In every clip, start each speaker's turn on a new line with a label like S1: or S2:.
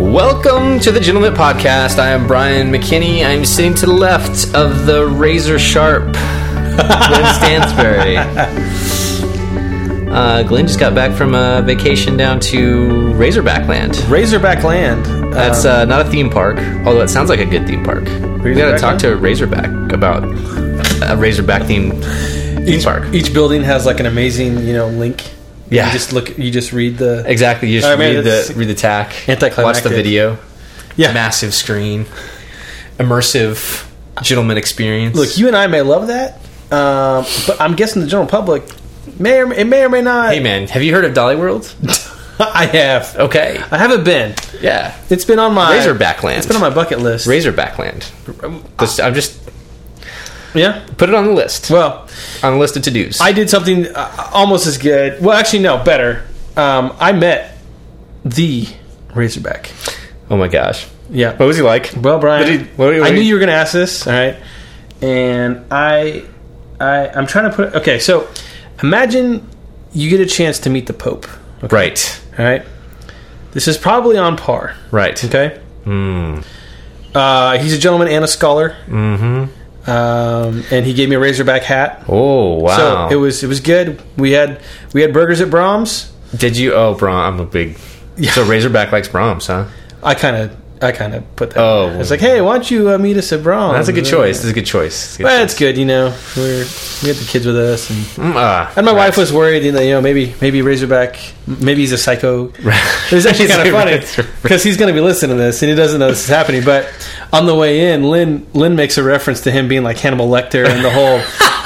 S1: Welcome to the Gentleman Podcast. I am Brian McKinney. I'm sitting to the left of the razor sharp Glenn Stansbury. Uh, Glenn just got back from a vacation down to Razorback Land.
S2: Razorback Land.
S1: That's uh, not a theme park, although it sounds like a good theme park. We gotta
S2: Razorback
S1: talk
S2: Land?
S1: to Razorback about a Razorback theme theme
S2: each,
S1: park.
S2: each building has like an amazing, you know, link.
S1: Yeah.
S2: You just look. You just read the.
S1: Exactly. You just
S2: I
S1: read
S2: mean,
S1: the
S2: that's
S1: read the tack. Watch the
S2: anticlimactic.
S1: video.
S2: Yeah.
S1: Massive screen. Immersive gentleman experience.
S2: Look, you and I may love that, um, but I'm guessing the general public may or, it may or may not.
S1: Hey man, have you heard of Dolly World?
S2: I have.
S1: Okay.
S2: I haven't been.
S1: Yeah.
S2: It's been on my
S1: Razorback land.
S2: It's been on my bucket list.
S1: Razorback land. Just- I'm just
S2: yeah.
S1: put it on the list.
S2: Well,
S1: on the list of to dos.
S2: I did something uh, almost as good. Well, actually, no, better. Um, I met the Razorback.
S1: oh my gosh.
S2: Yeah.
S1: What was he like?
S2: Well, Brian,
S1: What did- what did-
S2: I knew you were going to ask this. All right, and I, I, I'm trying to put. Okay, so imagine you get a chance to meet the Pope.
S1: Right.
S2: All right, this is probably on par.
S1: Right.
S2: Okay,
S1: Hmm.
S2: uh, he's a gentleman and a scholar. Mm-hmm. Um, and he gave me a Razorback hat.
S1: Oh wow.
S2: So it was it was good. We had we had burgers at Brahms.
S1: did you? Oh, Brom. I'm a big. So Razorback likes Brahms, huh?
S2: I kind of I kind of put that.
S1: Oh.
S2: it's like hey, why don't you uh, meet us at Brahms?
S1: That's a good choice. That's a good choice. Good
S2: But
S1: choice.
S2: Mm-hmm. it's good, you know. We're we had the kids with us, and,
S1: Mm, ah.
S2: and my wife was worried. You know, you know, maybe maybe Razorback, maybe he's a psycho. It was actually kind of funny because he's going to be listening to this, and he doesn't know this is happening. But on the way in, Lynn Lynn makes a reference to him being like Hannibal Lecter and the whole.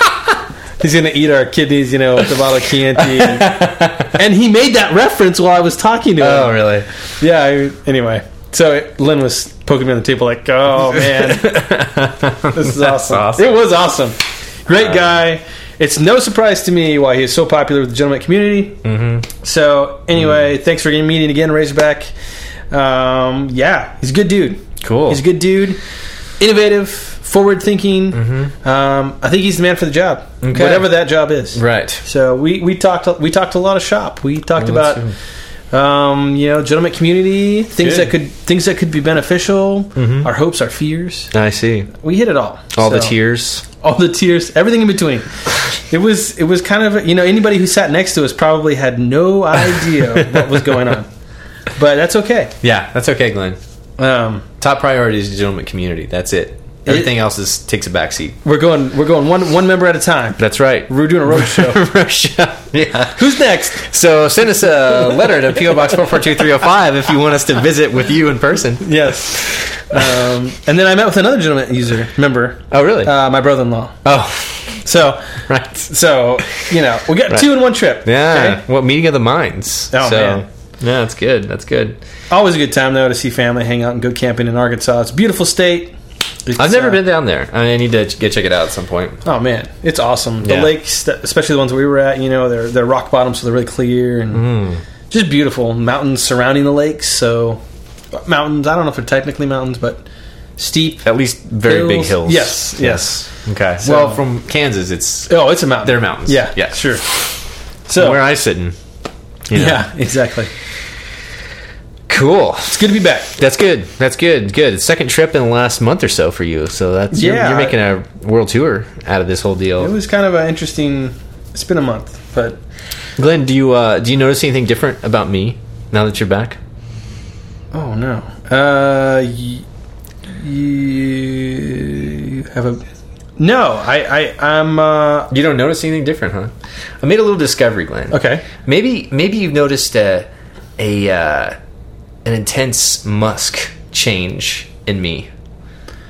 S2: He's going to eat our kidneys, you know, with the bottle of Chianti. And, he made that reference while I was talking to him.
S1: Oh really?
S2: Yeah. I, anyway, so it, Lynn was poking me on the table, like, "Oh man, this is awesome.
S1: awesome. Uh,
S2: It was awesome. Great guy. It's no surprise to me why he is so popular with the gentleman community. Mm-hmm. So anyway, thanks for getting meeting again, Razorback. Um, yeah, he's a good dude.
S1: Cool.
S2: He's a good dude. Innovative, forward thinking. Um, I think he's the man for the job,
S1: Mm-hmm. Okay.
S2: whatever that job is.
S1: Right.
S2: So we, we talked we talked a lot of shop. We talked
S1: Well, Oh, that's
S2: about um, you know gentleman community things
S1: Good.
S2: that could things that could be beneficial. Our hopes, our fears.
S1: I see.
S2: We hit it all.
S1: All the
S2: So-
S1: tears.
S2: all the tears, everything in between. It was it was kind of you know anybody who sat next to us probably had no idea what was going on, but that's okay.
S1: Yeah, that's okay, Glenn.
S2: Um,
S1: Top priority is the gentleman community. That's it. Everything else is takes a backseat.
S2: we're going we're going one one member at a time.
S1: That's right.
S2: We're doing a road show.
S1: Russia. Yeah.
S2: Who's next?
S1: So send us a letter to PO Box four four two three zero five if you want us to visit with you in person.
S2: Yes. Um, and then I met with another gentleman user member,
S1: Oh, really?
S2: uh, my brother-in-law.
S1: oh,
S2: So
S1: right.
S2: so you know we got two in one trip.
S1: Yeah.
S2: okay?
S1: What meeting of the minds?
S2: Oh,
S1: so,
S2: man.
S1: Yeah, that's good. That's good.
S2: Always a good time though to see family, hang out, and go camping in Arkansas. It's a beautiful state. It's,
S1: I've never
S2: uh,
S1: been down there. I, mean, I need to ch- get check it out at some point.
S2: Oh man, it's awesome. The
S1: Yeah.
S2: lakes, that- especially the ones we were at, you know, they're they're rock bottom, so they're really clear and
S1: Mm.
S2: just beautiful. Mountains surrounding the lakes, so mountains. I don't know if they're technically mountains, but steep.
S1: At least very big hills.
S2: Yes, yes.
S1: Okay.
S2: So-
S1: well, from Kansas, it's
S2: Oh, it's a mountain.
S1: They're mountains.
S2: Yeah,
S1: Yeah.
S2: sure. So
S1: where I sit in. you know.
S2: yeah, exactly.
S1: Cool.
S2: It's good to be back.
S1: That's good. That's good. Good. Second trip in the last month or so for you. So that's you're-
S2: Yeah,
S1: you're,
S2: I-
S1: making a world tour out of this whole deal.
S2: It was kind of an interesting. It's been a month, but
S1: Glenn, do you uh, do you notice anything different about me now that you're back?
S2: oh no. Uh, y- you have a no. I I I'm uh
S1: You don't notice anything different, huh? I made a little discovery, Glenn.
S2: okay.
S1: Maybe maybe you've noticed a a uh, an intense musk change in me.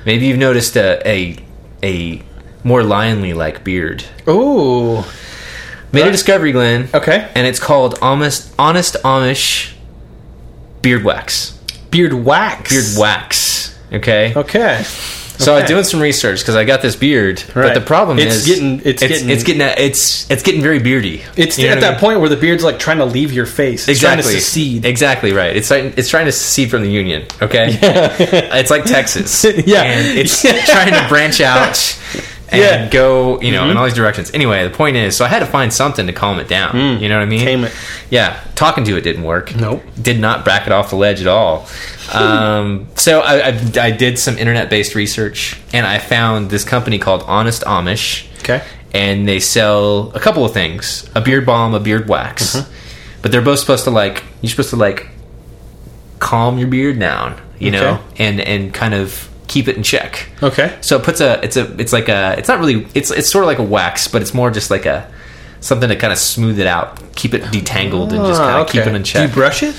S1: Maybe you've noticed a a, a more lionly like beard.
S2: Oh,
S1: Made a discovery, Glenn.
S2: okay.
S1: and it's called Honest, Honest Amish Beard Wax.
S2: Beard wax.
S1: Beard Wax. Okay.
S2: Okay.
S1: So I was
S2: Okay.
S1: doing some research because I got this beard, but
S2: Right.
S1: the problem
S2: It's
S1: is
S2: getting- it's getting-
S1: it's getting uh, it's it's getting very beardy.
S2: It's
S1: You know
S2: at
S1: what I
S2: that
S1: mean?
S2: point where the beard's like trying to leave your face. It's
S1: exactly
S2: trying to secede.
S1: Exactly right. It's trying it's trying to secede from the union. Okay, it's like Texas.
S2: Yeah.
S1: and it's trying to branch out and
S2: Yeah. Mm-hmm.
S1: go you know in all these directions. Anyway, the point is, so I had to find something to calm it down. You know what I mean?
S2: Mm. Tame it.
S1: Yeah, talking to it didn't work.
S2: Nope.
S1: did not bracket off the ledge at all. Um, so I, I, I did some internet based research and I found this company called Honest Amish
S2: Okay.
S1: and they sell a couple of things: a beard balm, a beard wax.
S2: Mm-hmm.
S1: But they're both supposed to like you're supposed to like calm your beard down, you know, and and kind of keep it in check.
S2: Okay.
S1: So it puts a it's a it's like a it's not really it's it's sort of like a wax, but it's more just like a something to kind of smooth it out, keep it detangled, and just kind
S2: Ah,
S1: of keep
S2: okay.
S1: it in
S2: Do
S1: check.
S2: you brush it?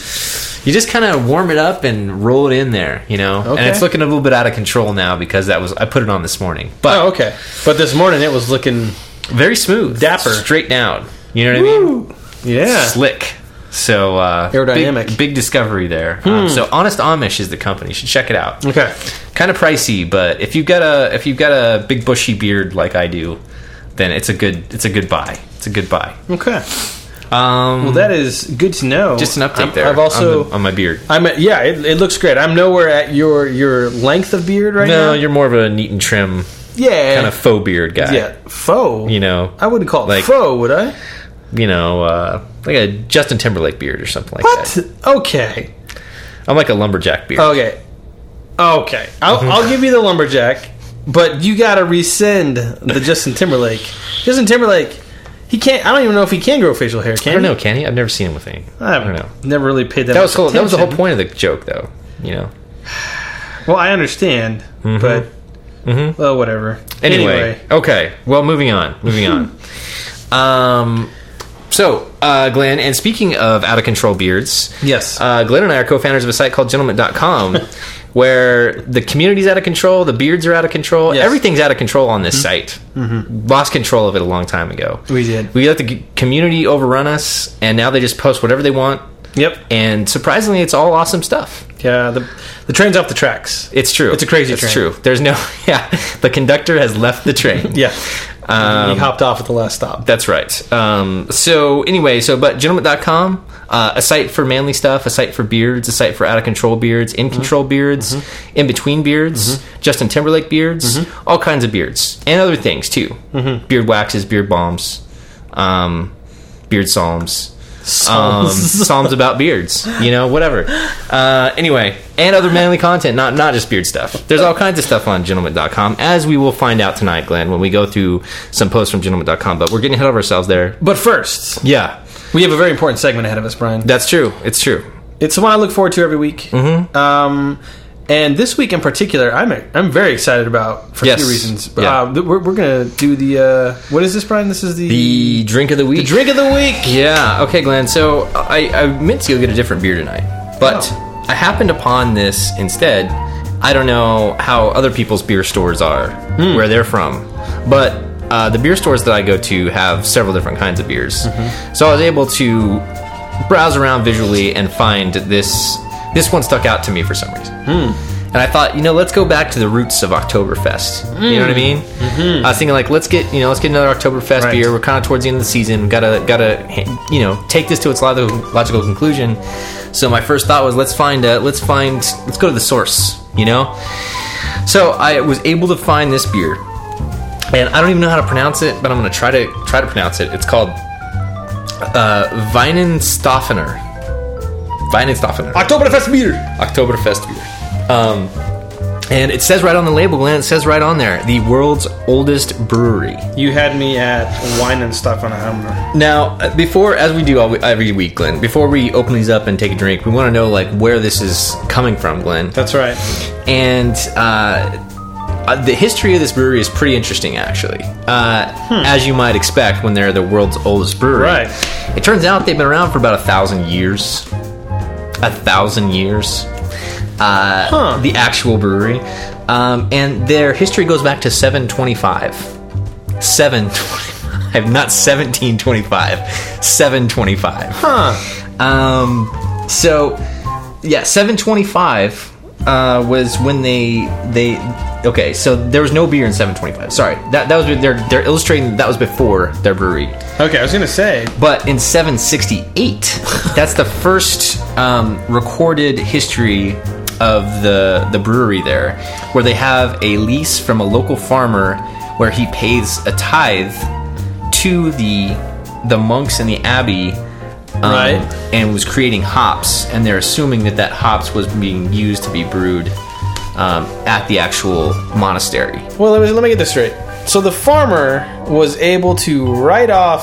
S1: You just kind of warm it up and roll it in there, you know. And
S2: Okay.
S1: it's looking a little bit out of control now because that was I put it on this morning, but
S2: Oh, okay. But this morning it was looking.
S1: very smooth,
S2: Dapper.
S1: straight down. You know what I mean?
S2: Yeah.
S1: slick. So uh,
S2: Aerodynamic. Hmm.
S1: big, big discovery there. Um, so Honest Amish is the company. You should check it out.
S2: Okay.
S1: Kind of pricey, but if you've got a if you've got a big bushy beard like I do, then it's a good it's a good buy. It's a good buy.
S2: Okay.
S1: Um,
S2: Well, that is good to know.
S1: just an update
S2: I'm-
S1: there. Um,
S2: I've also.
S1: on, the- on my beard.
S2: I'm at, yeah, it, it looks great. I'm nowhere at your your length of beard right
S1: No,
S2: now.
S1: you're more of a neat and trim
S2: yeah,
S1: kind of faux beard guy.
S2: Eh. yeah faux.
S1: You know,
S2: I wouldn't call it
S1: like-
S2: faux, would I?
S1: you know, uh, like a Justin Timberlake beard or something like
S2: What? Oh,
S1: that.
S2: Okay,
S1: I'm like a lumberjack beard.
S2: okay, okay. I'll,
S1: Mm-hmm.
S2: I'll give you the lumberjack, but you got to rescind the Justin Timberlake. Justin Timberlake, he can't. I don't even know if he can grow facial hair. Can
S1: I don't
S2: he?
S1: know, can he? I've never seen him with any.
S2: I don't know. Never really paid that.
S1: That was
S2: much
S1: cool. that was the whole
S2: attention.
S1: point of the joke, though. You know.
S2: Well, I understand, but well, whatever.
S1: Anyway, okay. Well, moving on. Moving on. Um, so, uh, Glenn, and speaking of out of control beards,
S2: Yes.
S1: uh, Glenn and I are co-founders of a site called Gentleman.com, where the community's out of control, the beards are out of control,
S2: Yes. Mm-hmm.
S1: everything's out of control on this site. Lost control of it a long time ago.
S2: We did.
S1: We let the g- community overrun us, and now they just post whatever they want.
S2: Yep.
S1: And surprisingly, it's all awesome stuff.
S2: Yeah. The the train's off the tracks.
S1: It's true.
S2: It's a crazy
S1: It's
S2: train.
S1: true. There's no. Yeah, the conductor has left the train.
S2: Yeah.
S1: Um,
S2: he hopped off at the last stop.
S1: That's right. Um, so anyway, so but gentleman.com, uh, a site for manly stuff, a site for beards, a site for out of control beards, in
S2: Mm-hmm.
S1: control beards, in between beards, Justin Timberlake beards,
S2: Mm-hmm.
S1: all kinds of beards and other things too. Beard waxes, beard bombs, um, beard psalms. Um, psalms about beards, you know, whatever. Uh, anyway, and other manly content, not not just beard stuff. There's all kinds of stuff on gentleman.com, as we will find out tonight, Glenn, when we go through some posts from gentleman.com. But we're getting ahead of ourselves there.
S2: But first,
S1: Yeah,
S2: we have a very important segment ahead of us, Brian.
S1: that's true. It's true.
S2: It's the one I look forward to every week. Mm-hmm. Um, and this week in particular, I'm I'm very excited about for
S1: Yes.
S2: a few reasons.
S1: Yeah.
S2: Uh, th- we're we're gonna do the uh, what is this, Brian? This is the,
S1: The drink of the week.
S2: drink of the week.
S1: Yeah. Okay, Glenn. So I, I meant to go get a different beer tonight, but
S2: Oh.
S1: I happened upon this instead. I don't know how other people's beer stores are,
S2: Hmm.
S1: where they're from, but uh, the beer stores that I go to have several different kinds of beers.
S2: Mm-hmm.
S1: So I was able to browse around visually and find this. This one stuck out to me for some reason. And I thought, you know, let's go back to the roots of Oktoberfest. You know what I mean? I was thinking, like, let's get, you know, let's get another Oktoberfest
S2: Right.
S1: beer. We're kind of towards the end of the season. Gotta, gotta, you know, take this to its logical, logical conclusion. So my first thought was, let's find, a, let's find, let's go to the source. You know? So I was able to find this beer, and I don't even know how to pronounce it, but I'm gonna try to try to pronounce it. It's called uh, Weinenstoffener. Weinenstoffener.
S2: Oktoberfest beer.
S1: Oktoberfest beer. Um, and it says right on the label, Glenn, it says right on there, the world's oldest brewery.
S2: You had me at wine and stuff on a hammer.
S1: Now, uh, before, as we do all, every week, Glenn, before we open these up and take a drink, we want to know, like, where this is coming from, Glenn.
S2: That's right.
S1: And uh, uh, the history of this brewery is pretty interesting, actually. Uh, As you might expect when they're the world's oldest brewery.
S2: Hmm. Right.
S1: It turns out they've been around for about a thousand years. A thousand years. Uh,
S2: Huh.
S1: The actual brewery. Um, and their history goes back to 725. 725. Not 1725. 725.
S2: Huh.
S1: Um, so yeah, 725 uh, was when they they Okay, so there was no beer in 725. Sorry, that that was they're they're illustrating that was before their brewery.
S2: Okay, I was gonna say.
S1: But in 768, that's the first um, recorded history of the the brewery there, where they have a lease from a local farmer where he pays a tithe to the the monks in the abbey. um,
S2: Right.
S1: and was creating hops, and they're assuming that that hops was being used to be brewed um, at the actual monastery.
S2: Well, let me let me get this straight. So the farmer was able to write off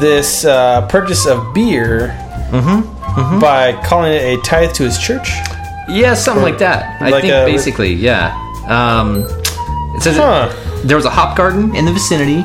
S2: this uh, purchase of beer Mm-hmm, by calling it a tithe to his church.
S1: Yeah, something like that. I
S2: like
S1: think
S2: a-
S1: basically, yeah. Um, it says
S2: Huh.
S1: there was a hop garden in the vicinity,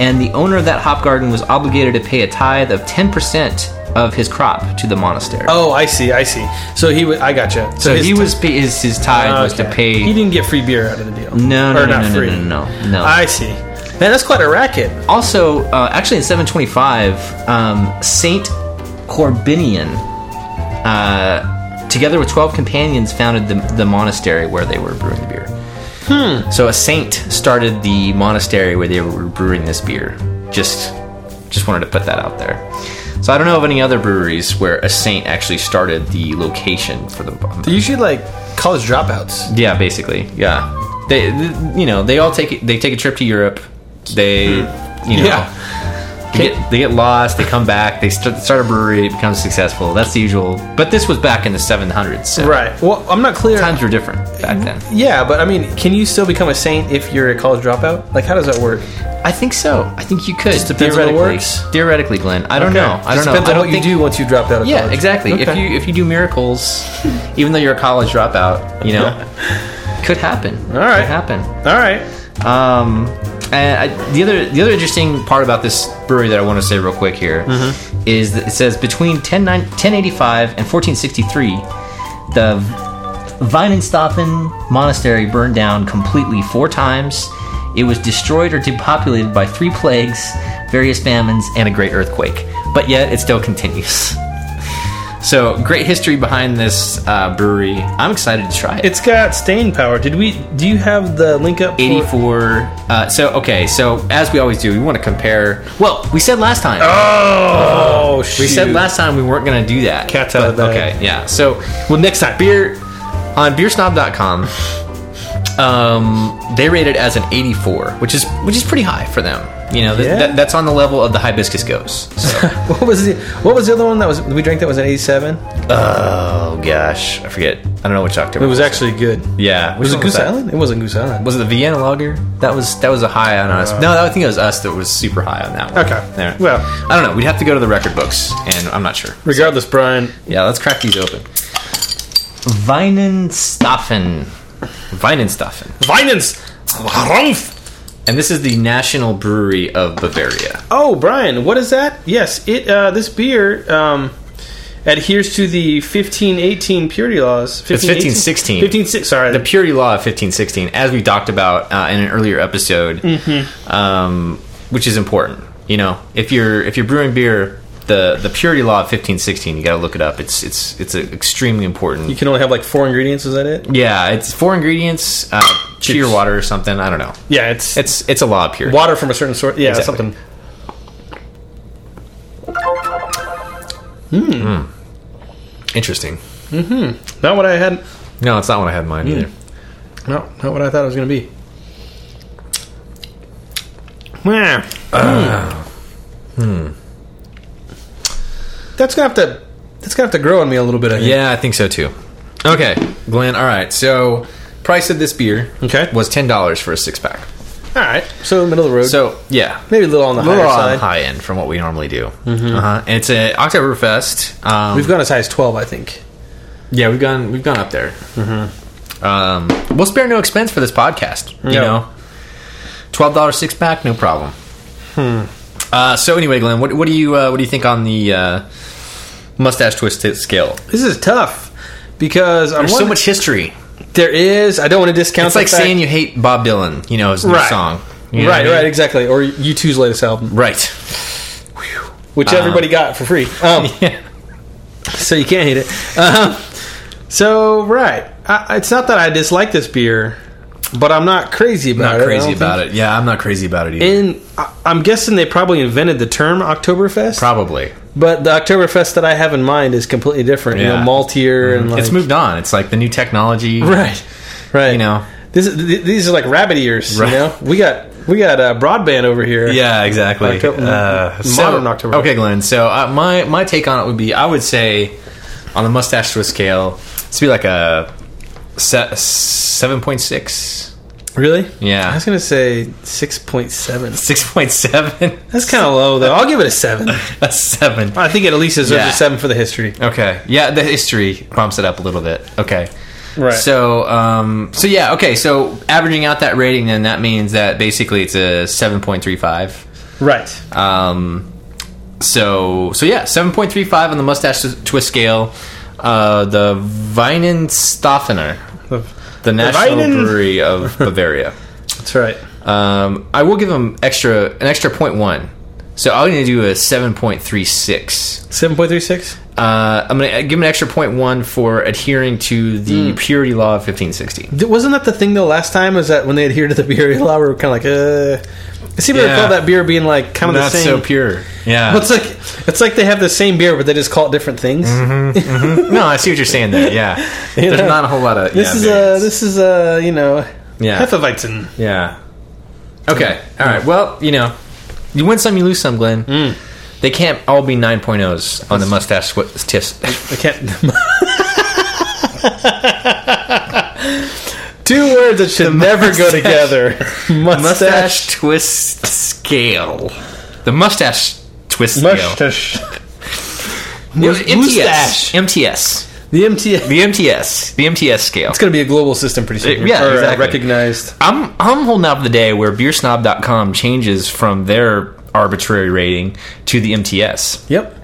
S1: and the owner of that hop garden was obligated to pay a tithe of ten percent of his crop to the monastery.
S2: Oh, I see, I see. So he, wa- I gotcha.
S1: so
S2: his
S1: he was pa- his his tithe was to
S2: Okay.
S1: pay.
S2: He didn't get free beer out of the deal.
S1: No, no, no, no, no, no, no, no.
S2: I see. Man, that's quite a racket.
S1: also, uh, actually, in 725, um, Saint Corbinian, uh, together with 12 companions, founded the, the monastery where they were brewing beer. Hmm. So a saint started the monastery where they were brewing this beer. Just, just wanted to put that out there. So I don't know of any other breweries where a saint actually started the location for the.
S2: Usually, like college dropouts.
S1: Yeah, basically. Yeah. They, th- you know, they all take it- they take a trip to Europe. They, you know,
S2: Yeah.
S1: they get they get lost. They come back. They start, start a brewery. It becomes successful. That's the usual. But this was back in the 700s. So
S2: Right. Well, I'm not clear.
S1: Times were different back then.
S2: Yeah, but I mean, can you still become a saint if you're a college dropout? Like, how does that work?
S1: I think so. I think you could
S2: Just depends on the
S1: theoretically.
S2: works?
S1: Theoretically, Glenn. I don't know. I don't
S2: Just
S1: know.
S2: Depends
S1: I
S2: on
S1: don't
S2: what you do once you dropped out of
S1: Yeah,
S2: college.
S1: exactly. If
S2: Okay.
S1: you if you do miracles, even though you're a college dropout, you know, could happen. All
S2: right.
S1: could happen.
S2: All right.
S1: Um, and I, the other the other interesting part about this brewery that I want to say real quick here is that it says between 10, 1085 and 1463, the Weinenstaufen monastery burned down completely four times. It was destroyed or depopulated by three plagues, various famines, and a great earthquake. But yet, it still continues. So, great history behind this uh, brewery. I'm excited to try it.
S2: It's got stain power. Did we? Do you have the link up? for-
S1: 84 uh, so okay so as we always do we want to compare well we said last time
S2: Oh,
S1: we said last time we weren't going to do that
S2: Cat's out of the
S1: But-
S2: bag.
S1: okay yeah so
S2: Well, next time.
S1: beer on beersnob.com um, they rate it as an 84 which is which is pretty high for them you know th-
S2: Yeah.
S1: that- that's on the level of the hibiscus ghost so.
S2: What was the? What was the other one that was we drank that was an eighty-seven?
S1: oh gosh i forget i don't know which october
S2: It was actually good.
S1: yeah which
S2: Was it
S1: one
S2: Goose
S1: that?
S2: Island? It wasn't Goose Island.
S1: was it the Vienna Lager? That was that was a high on us. No, I think it was us that was super high on that one.
S2: Uh, Okay.
S1: There.
S2: Well-
S1: I don't know. We'd have to go to the record books, and I'm not sure.
S2: Regardless, Brian.
S1: Yeah, let's crack these open. Weinenstaufen. Weinenstaufen.
S2: Vinance.
S1: And this is the national brewery of Bavaria.
S2: Oh, Brian, what is that? Yes, it. Uh, this beer um, adheres to the fifteen eighteen purity laws.
S1: 1516.
S2: Fifteen six. Sorry,
S1: The purity law of 1516, as we talked about uh, in an earlier episode,
S2: Mm-hmm.
S1: um, which is important. You know, if you're if you're brewing beer, the the purity law of 1516, you got to look it up. It's it's it's a extremely important.
S2: you can only have like four ingredients. Is that it?
S1: Yeah, it's four ingredients, uh, cheer water or something. I don't know.
S2: Yeah, it's it's
S1: It's it's a law of purity.
S2: water from a certain source. Yeah,
S1: Exactly.
S2: something.
S1: Interesting.
S2: Not what I had.
S1: No, it's not what I had in
S2: Mm.
S1: mind either.
S2: No, not what I thought it was going to be. Meh. Ah. Hmm. That's gonna have to. That's gonna have to grow on me a little bit. I think.
S1: Yeah, I think so too. Okay, Glenn. All right. So, price of this beer
S2: Okay.
S1: was ten dollars for a six pack.
S2: All right. So middle of the road.
S1: So yeah,
S2: maybe a little on the
S1: a little
S2: higher
S1: on the
S2: side.
S1: high end from what we normally do. Uh-huh. And it's a Oktoberfest. Um,
S2: Mm-hmm. We've gone as high as twelve, I think.
S1: yeah, we've gone we've gone up there. Um, we'll spare no expense for this podcast. You
S2: Mm-hmm. Yeah.
S1: know, twelve dollars six pack, no problem.
S2: Hmm.
S1: Uh, so anyway, Glenn, what, what do you uh, what do you think on the uh, mustache twist t- scale?
S2: This is tough because I'm
S1: There's so much history.
S2: There is. I don't want to discount.
S1: It's like
S2: the fact-
S1: saying you hate Bob Dylan. You know his new
S2: Right.
S1: song. You know
S2: right,
S1: what I
S2: right,
S1: mean?
S2: exactly. Or U two's latest album,
S1: right.
S2: which everybody got for free. Um, so you can't hate it. Um, so right, I, it's not that I dislike this beer. but I'm not crazy about
S1: Not
S2: it. I
S1: crazy
S2: don't
S1: about
S2: think-
S1: it. Yeah, I'm not crazy about it either.
S2: And I- I'm guessing they probably invented the term Oktoberfest,
S1: Probably.
S2: but the Oktoberfest that I have in mind is completely different. You
S1: Yeah. Mm-hmm.
S2: know, maltier and like,
S1: it's moved on. It's like the new technology.
S2: right, right.
S1: You know.
S2: this is, th- these are like rabbit ears.
S1: Right.
S2: You know, we got we got uh, broadband over here.
S1: Yeah, exactly.
S2: October-
S1: uh,
S2: modern
S1: so-
S2: October.
S1: Okay, Glenn. So uh, my my take on it would be, I would say, on the mustache to a scale, it's be like a se- seven point six.
S2: really.
S1: Yeah.
S2: I was gonna say six point seven.
S1: 6.7
S2: That's kind of low though. I'll give it a seven.
S1: a 7
S2: I think it at least deserves
S1: Yeah.
S2: a seven for the history.
S1: okay yeah the history bumps it up a little bit okay
S2: Right.
S1: so um so yeah okay so averaging out that rating then that means that basically it's a 7.35
S2: Right.
S1: Um, so so yeah, seven point three five on the mustache twist scale. Uh, the Weinenstaffener, the national
S2: Weinen-
S1: brewery of Bavaria.
S2: That's right.
S1: Um, I will give them extra an extra point one. So I'm going to do a seven point three six.
S2: Seven point three six.
S1: Uh, I'm going to give 'em an extra point one for adhering to
S2: Hmm.
S1: the purity law of 1516.
S2: Th- Wasn't that the thing though last time? Is that when they adhered to the beer law, we were kind of like, uh. It seemed to
S1: Yeah.
S2: recall that beer being like kind of the same.
S1: pure. Yeah.
S2: Well, it's like it's like they have the same beer, but they just call it different things.
S1: Mm-hmm. no, I see what you're saying there. Yeah.
S2: You
S1: There's
S2: know?
S1: not a whole lot of.
S2: This
S1: yeah,
S2: is
S1: variance.
S2: a this is a you know
S1: Yeah.
S2: Hefeweizen.
S1: Yeah. Okay. All right. Well, you know, you win some, you lose some, Glenn. They can't all be 9.0s on the mustache swi- test.
S2: I can't. Two words that should never go together: mustache,
S1: mustache twist scale. The mustache twist scale.
S2: mustache,
S1: It was MTS.
S2: Mustache.
S1: MTS.
S2: the MTA.
S1: The MTS. The MTS scale.
S2: It's going to be a global system pretty soon.
S1: Uh, yeah,
S2: Or, uh,
S1: exactly.
S2: recognized.
S1: I'm I'm holding out for the day where beersnob.com changes from their arbitrary rating to the MTS.
S2: Yep.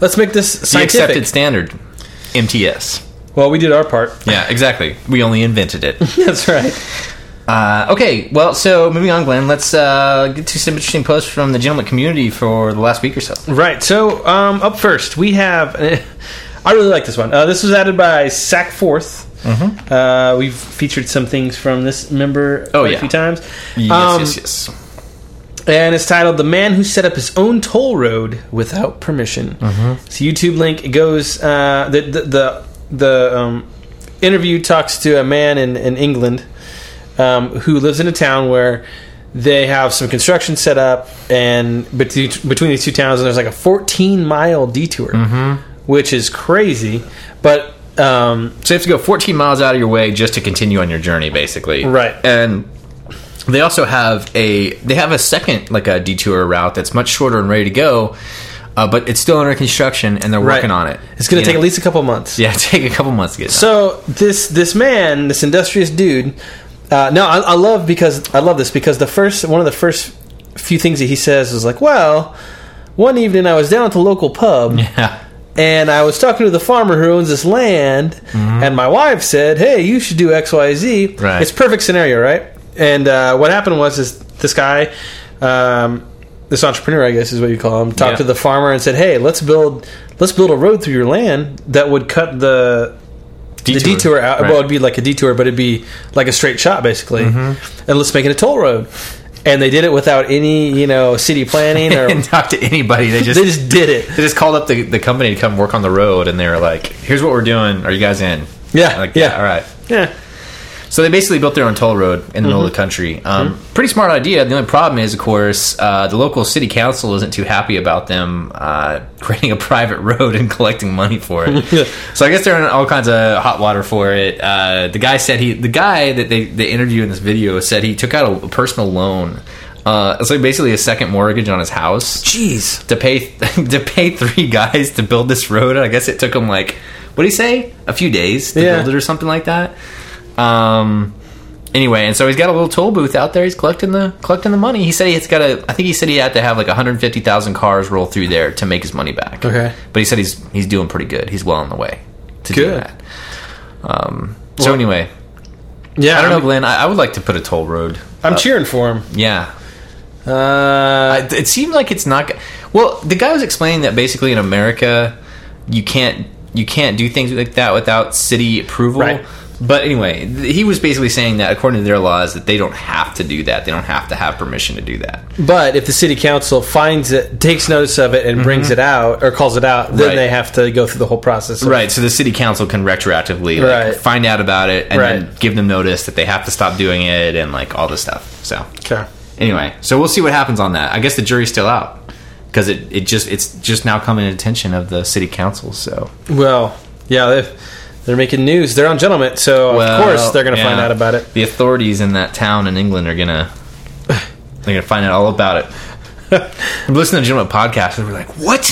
S2: Let's make this
S1: The
S2: scientific.
S1: accepted standard. MTS.
S2: Well, we did our part.
S1: Yeah, exactly. We only invented it.
S2: That's right.
S1: Uh, okay, well, so moving on, Glenn, let's uh, get to some interesting posts from the gentleman community for the last week or so.
S2: Right. So um, up first, we have. I really like this one. Uh, this was added by Sack 4th Uh, we've featured some things from this member
S1: Oh,
S2: quite
S1: yeah.
S2: a few times.
S1: Yes,
S2: Um,
S1: yes, yes.
S2: And it's titled "The Man Who Set Up His Own Toll Road Without Permission." It's a YouTube link. It goes uh, the the the, the um, interview talks to a man in in England um, who lives in a town where they have some construction set up, and between between these two towns, there's like a 14 mile detour, which is crazy, but. Um,
S1: So you have to go 14 miles out of your way just to continue on your journey, basically.
S2: Right.
S1: And they also have a they have a second like a detour route that's much shorter and ready to go, uh, but it's still under construction and they're working on it.
S2: It's going
S1: You
S2: to take
S1: know?
S2: at least a couple months.
S1: yeah, take a couple months to get. done.
S2: So this this man, this industrious dude. Uh, no, I, I love because I love this because the first one of the first few things that he says is like, well, one evening I was down at the local pub
S1: yeah.
S2: and I was talking to the farmer who owns this land, and my wife said, "Hey, you should do X, Y, Z."
S1: Mm-hmm. Right.
S2: It's perfect scenario, right? And uh, what happened was is this guy, um, this entrepreneur, I guess is what you call him, talked
S1: Yeah.
S2: to the farmer and said, "Hey, let's build let's build a road through your land that would cut the the detour out.
S1: Right.
S2: Well, it'd be like a detour, but it'd be like a straight shot, basically.
S1: Mm-hmm.
S2: And let's make it a toll road. And they did it without any, you know, city planning or.
S1: and talk to anybody. They just
S2: they just did it.
S1: They just called up the, the company to come work on the road, and they were like, "Here's what we're doing. Are you guys in?"
S2: Yeah,
S1: Like,
S2: yeah.
S1: All right.
S2: Yeah.
S1: So they basically built their own toll road in the middle
S2: Mm-hmm.
S1: of the country. Um, Pretty smart idea. The only problem is, of course, uh, the local city council isn't too happy about them uh, creating a private road and collecting money for it. so I guess they're in all kinds of hot water for it. Uh, the guy said he, the guy that they, they interviewed in this video said he took out a, personal loan. Uh, it's like basically a second mortgage on his house
S2: Jeez.
S1: to pay to pay three guys to build this road. I guess it took them like what do you say, a few days to
S2: Yeah.
S1: build it or something like that. Um. Anyway, and so he's got a little toll booth out there. He's collecting the collecting the money. He said he's got a. I think he said he had to have like 150,000 cars roll through there to make his money back.
S2: Okay.
S1: But he said he's he's doing pretty good. He's well on the way to do
S2: Good.
S1: that. Um. So anyway,
S2: Yeah.
S1: I don't know, Glenn. I, I would like to put a toll road.
S2: I'm cheering for him.
S1: Yeah,
S2: Uh,
S1: I- it seemed like it's not. go- Well, the guy was explaining that basically in America, you can't you can't do things like that without city approval.
S2: Right.
S1: But anyway, th- he was basically saying that according to their laws, that they don't have to do that. They don't have to have permission to do that.
S2: But if the city council finds it, takes notice of it, and brings it out or calls it out, then
S1: Right.
S2: they have to go through the whole process. of-
S1: Right. So the city council can retroactively like,
S2: Right.
S1: find out about it and then
S2: Right.
S1: give them notice that they have to stop doing it and like all this stuff. So
S2: Okay.
S1: anyway, so we'll see what happens on that. I guess the jury's still out because it, it just it's just now coming to attention of the city council. So
S2: Well, yeah, they- they're making news. They're on gentlemen, so
S1: Well,
S2: of course they're going to
S1: yeah.
S2: find out about it.
S1: the authorities in that town in England are gonna they're gonna find out all about it. I'm listening to a gentleman podcast and we're like, what?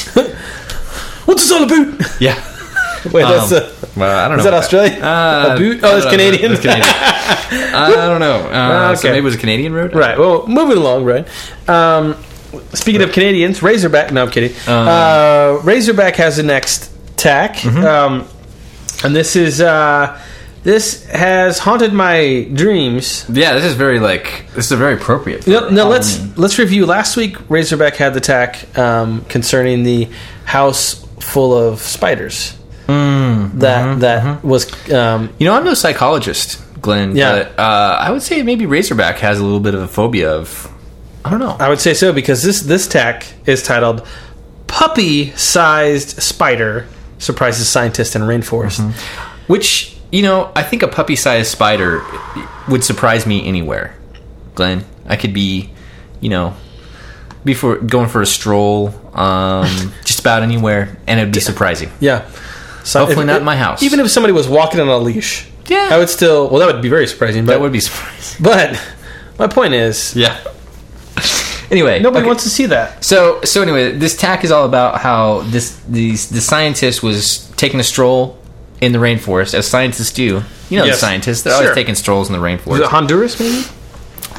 S2: What's this all about?
S1: yeah.
S2: Wait, that's
S1: Um,
S2: uh,
S1: well, I don't
S2: is
S1: know.
S2: that
S1: what
S2: Australia?
S1: Uh,
S2: a boot?
S1: I
S2: Oh,
S1: don't
S2: it's
S1: know.
S2: Canadian.
S1: It's Canadian. I don't know. Uh,
S2: Ah,
S1: So
S2: okay.
S1: maybe it was a Canadian road.
S2: Right. Well, moving along, Ryan. Um, speaking of Canadians, Razorback. No, I'm kidding. Uh, Razorback has the next tack, um, and this is uh, this has haunted my dreams.
S1: Yeah, this is very like this is a very appropriate.
S2: No, no let's let's review. Last week, Razorback had the tack um, concerning the house full of spiders.
S1: Hmm,
S2: that
S1: mm-hmm,
S2: that was um,
S1: You know, I'm no psychologist, Glenn.
S2: Yeah.
S1: but uh, I would say maybe Razorback has a little bit of a phobia of. I don't know.
S2: I would say so because this this tack is titled "Puppy-sized spider surprises scientist in rainforest."
S1: Mm-hmm. Which you know, I think a puppy-sized spider would surprise me anywhere, Glenn. I could be, you know, be for going for a stroll, um, just about anywhere, and it'd be surprising.
S2: Yeah, so
S1: Hopefully not in my house.
S2: Even if somebody was walking on a leash,
S1: Yeah.
S2: I would still. Well, that would be very surprising. But,
S1: That would be surprising.
S2: But my point is,
S1: Yeah. anyway,
S2: nobody
S1: okay.
S2: wants to see that.
S1: So so anyway, this tack is all about how this these the scientist was taking a stroll in the rainforest, as scientists do. You know
S2: Yes.
S1: the scientists; they're always
S2: Sure.
S1: taking strolls in the
S2: Is it
S1: rainforest.
S2: Honduras, maybe?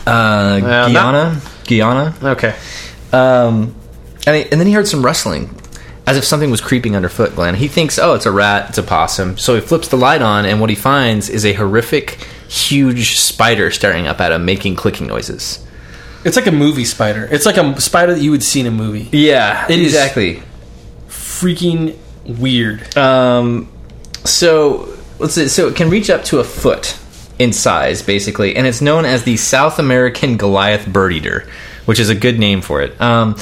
S1: Uh,
S2: not-
S1: Guyana, Guyana.
S2: Okay.
S1: Um, and, he- and then he heard some rustling, as if something was creeping underfoot. Glenn, he thinks, oh, it's a rat, it's a possum. So he flips the light on, and what he finds is a horrific, huge spider staring up at him, making clicking noises.
S2: It's like a movie spider. It's like a spider that you would see in a movie.
S1: Yeah,
S2: It is-
S1: exactly.
S2: Freaking weird.
S1: Um, so let's see, so it can reach up to a foot in size, basically, and it's known as the South American Goliath bird eater, which is a good name for it. Um,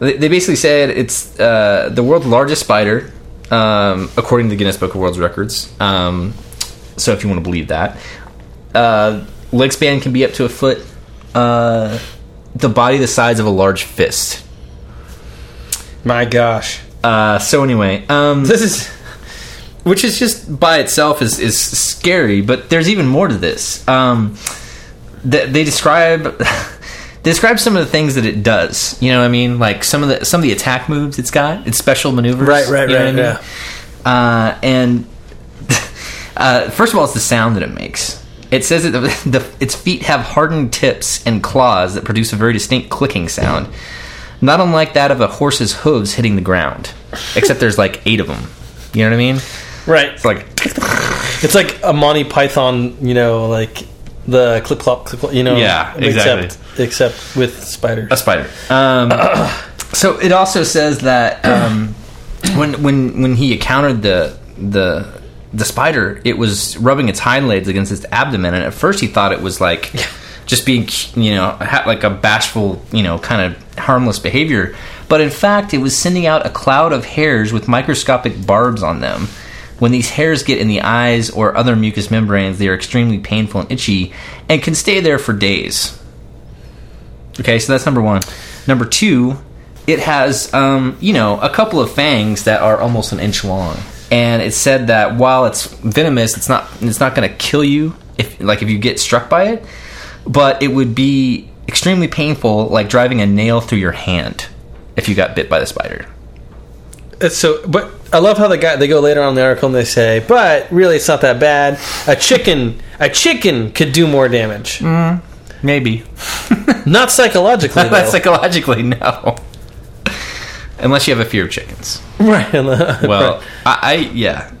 S1: they, they basically said it's uh, the world's largest spider, um, according to the Guinness Book of World Records. Um, so if you want to believe that, uh, leg span can be up to a foot. Uh, the body the size of a large fist.
S2: My gosh,
S1: Uh, so anyway, um,
S2: this is
S1: which is just by itself is is scary. But there's even more to this. Um, th- they describe they describe some of the things that it does. You know what I mean? Like some of the some of the attack moves it's got, its special maneuvers.
S2: Right, right,
S1: you know
S2: right,
S1: what I mean? Uh, and uh, first of all, it's the sound that it makes. It says that the, the, its feet have hardened tips and claws that produce a very distinct clicking sound, not unlike that of a horse's hooves hitting the ground. Except there's like eight of them. You know what I mean?
S2: right.
S1: It's like
S2: It's like a Monty Python, you know, like the clip clop, clip clop, you know.
S1: Yeah,
S2: Except, except with spiders.
S1: a spider. Um, so it also says that um, when when when he encountered the the the spider, it was rubbing its hind legs against its abdomen, and at first he thought it was like just being you know ha- like a bashful you know kind of harmless behavior, but in fact it was sending out a cloud of hairs with microscopic barbs on them. When these hairs get in the eyes or other mucous membranes, they are extremely painful and itchy, and can stay there for days. Okay, so that's number one. Number two, it has um, you know a couple of fangs that are almost an inch long, and it's said that while it's venomous, it's not it's not going to kill you if like if you get struck by it, but it would be extremely painful, like driving a nail through your hand if you got bit by the spider.
S2: It's so, but I love how the guy they go later on in the article and they say, but really it's not that bad. A chicken, a chicken could do more damage.
S1: Mm. Maybe
S2: Not psychologically, though.
S1: that's psychologically no, unless you have a fear of chickens.
S2: right.
S1: Well, I, I yeah,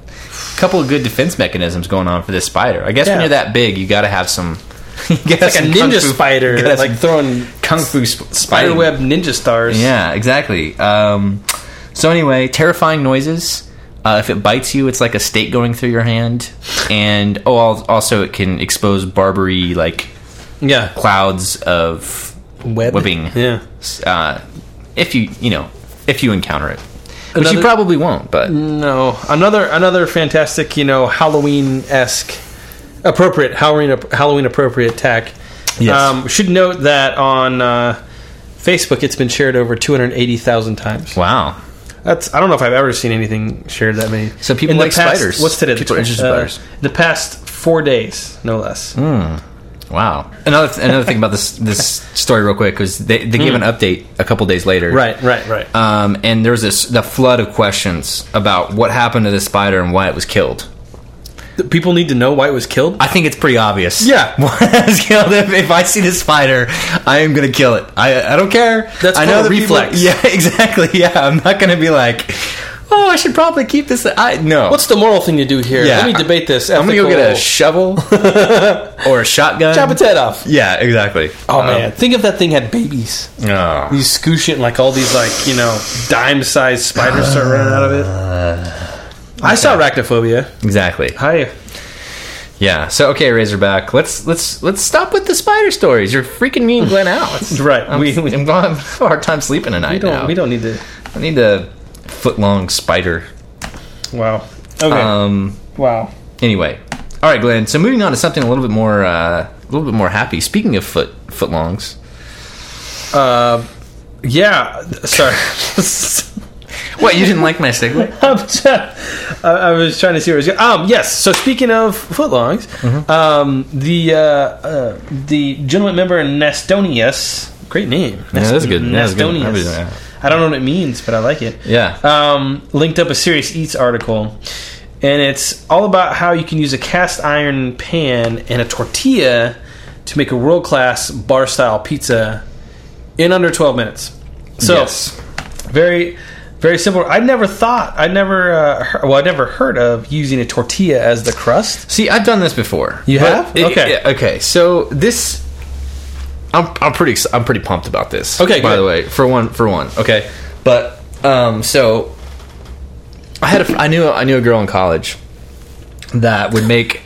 S1: couple of good defense mechanisms going on for this spider. I guess when
S2: Yeah.
S1: you're that big, you got to have some. You gotta
S2: it's like a
S1: have some
S2: ninja
S1: kung fu-
S2: spider,
S1: you gotta have
S2: like
S1: some
S2: throwing
S1: kung fu sp- spider
S2: spider web ninja stars.
S1: Yeah, exactly. Um, so anyway, terrifying noises. Uh, if it bites you, it's like a stake going through your hand, and oh, al- also it can expose Barbary like
S2: Yeah.
S1: clouds of
S2: Web.
S1: webbing.
S2: Yeah.
S1: Uh, if you you know if you encounter it, which
S2: Another- Mm.
S1: you probably won't, but
S2: No, another another fantastic, you know, Halloween esque, appropriate Halloween Halloween appropriate tech.
S1: Yes.
S2: Um, should note that on uh, Facebook, it's been shared over two hundred eighty thousand times.
S1: wow.
S2: That's I don't know if I've ever seen anything shared that many.
S1: So people
S2: the
S1: like
S2: past-
S1: spiders.
S2: What's today?
S1: People are interested in spiders. Hmm.
S2: The past four days, no less.
S1: Wow. Another th- another thing about this this story, real quick, was they, they gave an update a couple days later,
S2: Hmm. Right, right, right.
S1: Um, and there was this the flood of questions about what happened to the spider and why it was killed.
S2: The People need to know why it was killed.
S1: I think it's pretty obvious.
S2: Yeah.
S1: why it was killed. If, if I see this spider, I am gonna kill it. I I don't care.
S2: That's
S1: I
S2: called a
S1: that people-
S2: reflex.
S1: yeah, exactly. Yeah, I'm not gonna be like, oh, I should probably keep this. I no.
S2: What's the moral thing to do here?
S1: Yeah.
S2: Let me debate this.
S1: I'm gonna go get a
S2: ethical-
S1: shovel or a shotgun.
S2: chop its head off.
S1: Yeah, exactly. Um,
S2: Oh man, think if that thing had babies.
S1: Oh.
S2: You scoosh it, and like all these, like you know, dime-sized spiders start running out of it. I saw arachnophobia.
S1: Exactly.
S2: Uh, Hi.
S1: Yeah. So okay, Razorback. Let's let's let's stop with the spider stories. You're freaking me and Glenn out.
S2: Right.
S1: I'm,
S2: we we
S1: I'm gonna have a hard time sleeping tonight.
S2: we don't
S1: now.
S2: we don't need to.
S1: I need a foot long spider.
S2: Wow. Okay.
S1: Um.
S2: wow.
S1: Anyway. All right, Glenn. So moving on to something a little bit more uh, a little bit more happy. Speaking of foot foot longs.
S2: Uh, yeah. Sorry.
S1: What you didn't like my segue?
S2: I'm t- i I was trying to see where it was going. Um, yes. So speaking of footlongs, um, the uh, uh, the gentleman member Nestonius, great name.
S1: Yeah, that's good. Yeah, that's good.
S2: Nestonius.
S1: Everything.
S2: I don't know what it means, but I like it.
S1: Yeah.
S2: Um, linked up a Serious Eats article, and it's all about how you can use a cast iron pan and a tortilla to make a world class bar style pizza in under twelve minutes. So
S1: Yes.
S2: very very simple i never thought i never uh, he- well i never heard of using a tortilla as the crust
S1: See, I've done this before.
S2: You
S1: But
S2: have?
S1: it-
S2: Okay.
S1: yeah, okay. So this, I'm I'm pretty ex- I'm pretty pumped about this.
S2: Okay,
S1: By
S2: good.
S1: the way, for one for one. Okay. But um, so I had a fr- I knew I knew a girl in college that would make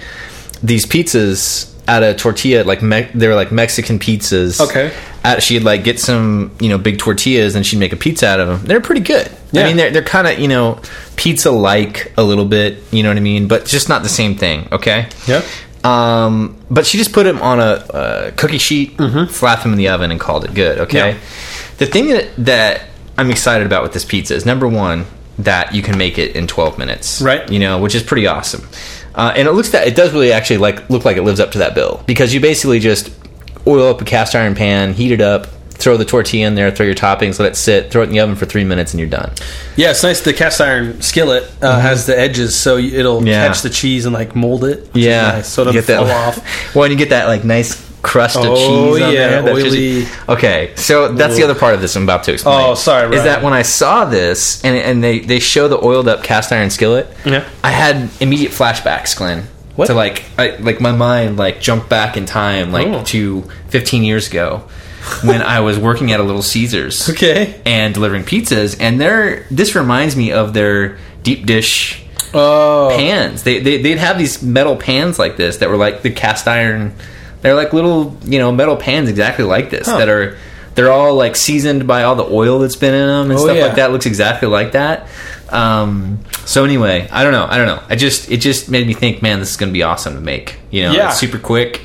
S1: these pizzas out of tortilla like me- they were like Mexican pizzas.
S2: Okay.
S1: At, she'd like get some you know big tortillas and she'd make a pizza out of them. They're pretty good.
S2: Yeah.
S1: I mean they're they're kind of you know pizza like a little bit. You know what I mean? But just not the same thing. Okay.
S2: Yeah.
S1: Um, but she just put them on a, uh cookie sheet, slapped them in the oven, and called it good. Okay.
S2: Mm-hmm. Yeah.
S1: The thing that that I'm excited about with this pizza is number one that you can make it in 12 minutes,
S2: Right.
S1: You know, which is pretty awesome. Uh, and it looks that it does really actually like look like it lives up to that bill because you basically just oil up a cast iron pan, heat it up, throw the tortilla in there, throw your toppings, let it sit, throw it in the oven for three minutes, and you're done.
S2: yeah it's nice the cast iron skillet uh, has the edges so y- it'll
S1: Yeah.
S2: catch the cheese and like mold it which is
S1: Yeah,
S2: nice, so it
S1: You
S2: doesn't
S1: get that-
S2: fall off
S1: Well, and you get that like nice crust of
S2: Oh,
S1: cheese. on
S2: yeah,
S1: there that's just-
S2: oily.
S1: okay, so that's the other part of this I'm about to explain.
S2: Oh, sorry,
S1: Is that
S2: right.
S1: when I saw this and and they they show the oiled up cast iron skillet?
S2: Yeah.
S1: I had immediate flashbacks, Glenn.
S2: What?
S1: To like, I, like my mind like jumped back in time like
S2: Oh.
S1: to 15 years ago when I was working at a Little Caesars
S2: okay
S1: and delivering pizzas, and their this reminds me of their deep dish
S2: oh
S1: pans. They, they they'd have these metal pans like this that were like the cast iron. They're like little you know metal pans exactly like this
S2: Huh.
S1: that are they're all like seasoned by all the oil that's been in them and
S2: Oh,
S1: stuff
S2: yeah.
S1: like that. Looks exactly like that. Um, so anyway, I don't know. I don't know. I just it just made me think, man, this is going to be awesome to make. You know,
S2: Yeah.
S1: it's super quick.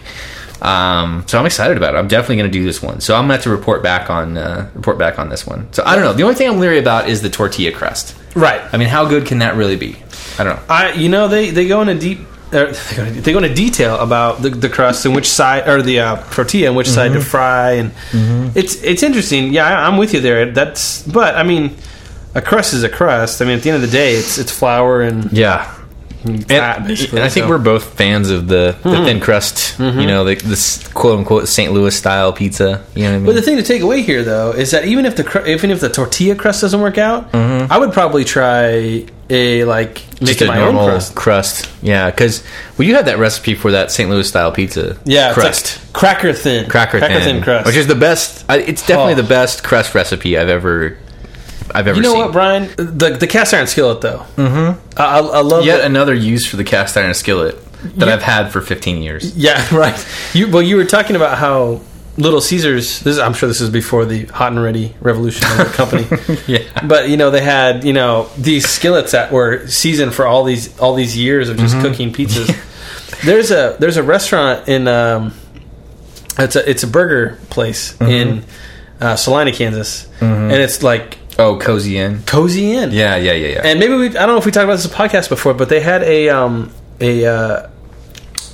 S1: Um, so I'm excited about it. I'm definitely going to do this one. So I'm going to have to report back on uh, report back on this one. So I don't know. The only thing I'm leery about is the tortilla crust.
S2: right
S1: I mean, how good can that really be? I don't know.
S2: I, you know, they they go into deep. er, They go into- they go into detail about the, the crust and which side, or the uh, tortilla and which side
S1: Mm-hmm.
S2: to fry, and it's it's interesting. Yeah, I, I'm with you there. That's but I mean, a crust is a crust. I mean, at the end of the day, it's it's flour and
S1: Yeah.
S2: fat,
S1: And,
S2: basically,
S1: and I think
S2: so. Hmm. Mm-hmm.
S1: we're both fans of the, the thin crust, you know, the, this quote unquote St. Louis style pizza. You know what I mean?
S2: But the thing to take away here, though, is that even if the cr- even if the tortilla crust doesn't work out, I would probably try a like
S1: Mm-hmm. just
S2: making
S1: a
S2: my
S1: normal
S2: own crust.
S1: crust. Yeah, because well, you had that recipe for that St. Louis style pizza.
S2: Yeah, it's like
S1: crust.
S2: cracker thin,
S1: cracker,
S2: cracker thin, crust,
S1: Which is the best. I- It's definitely
S2: Oh.
S1: the best crust recipe I've ever I've ever
S2: You know
S1: seen.
S2: what, Brian? The the cast iron skillet though. Mm-hmm. I, I, I love
S1: Yet
S2: that-
S1: another use for the cast iron skillet that I've had for 15 years.
S2: Yeah, right. You well, you were talking about how Little Caesars. This is, I'm sure this is before the hot and ready revolution of the company.
S1: Yeah.
S2: But you know they had you know these skillets that were seasoned for all these all these years of just cooking pizzas. There's a there's a restaurant in um, it's a it's a burger place in uh, Salina, Kansas, and it's like
S1: Oh, cozy in.
S2: cozy inn.
S1: Yeah, yeah, yeah, yeah.
S2: And maybe we I don't know if we talked about this in the podcast before, but they had a um a uh,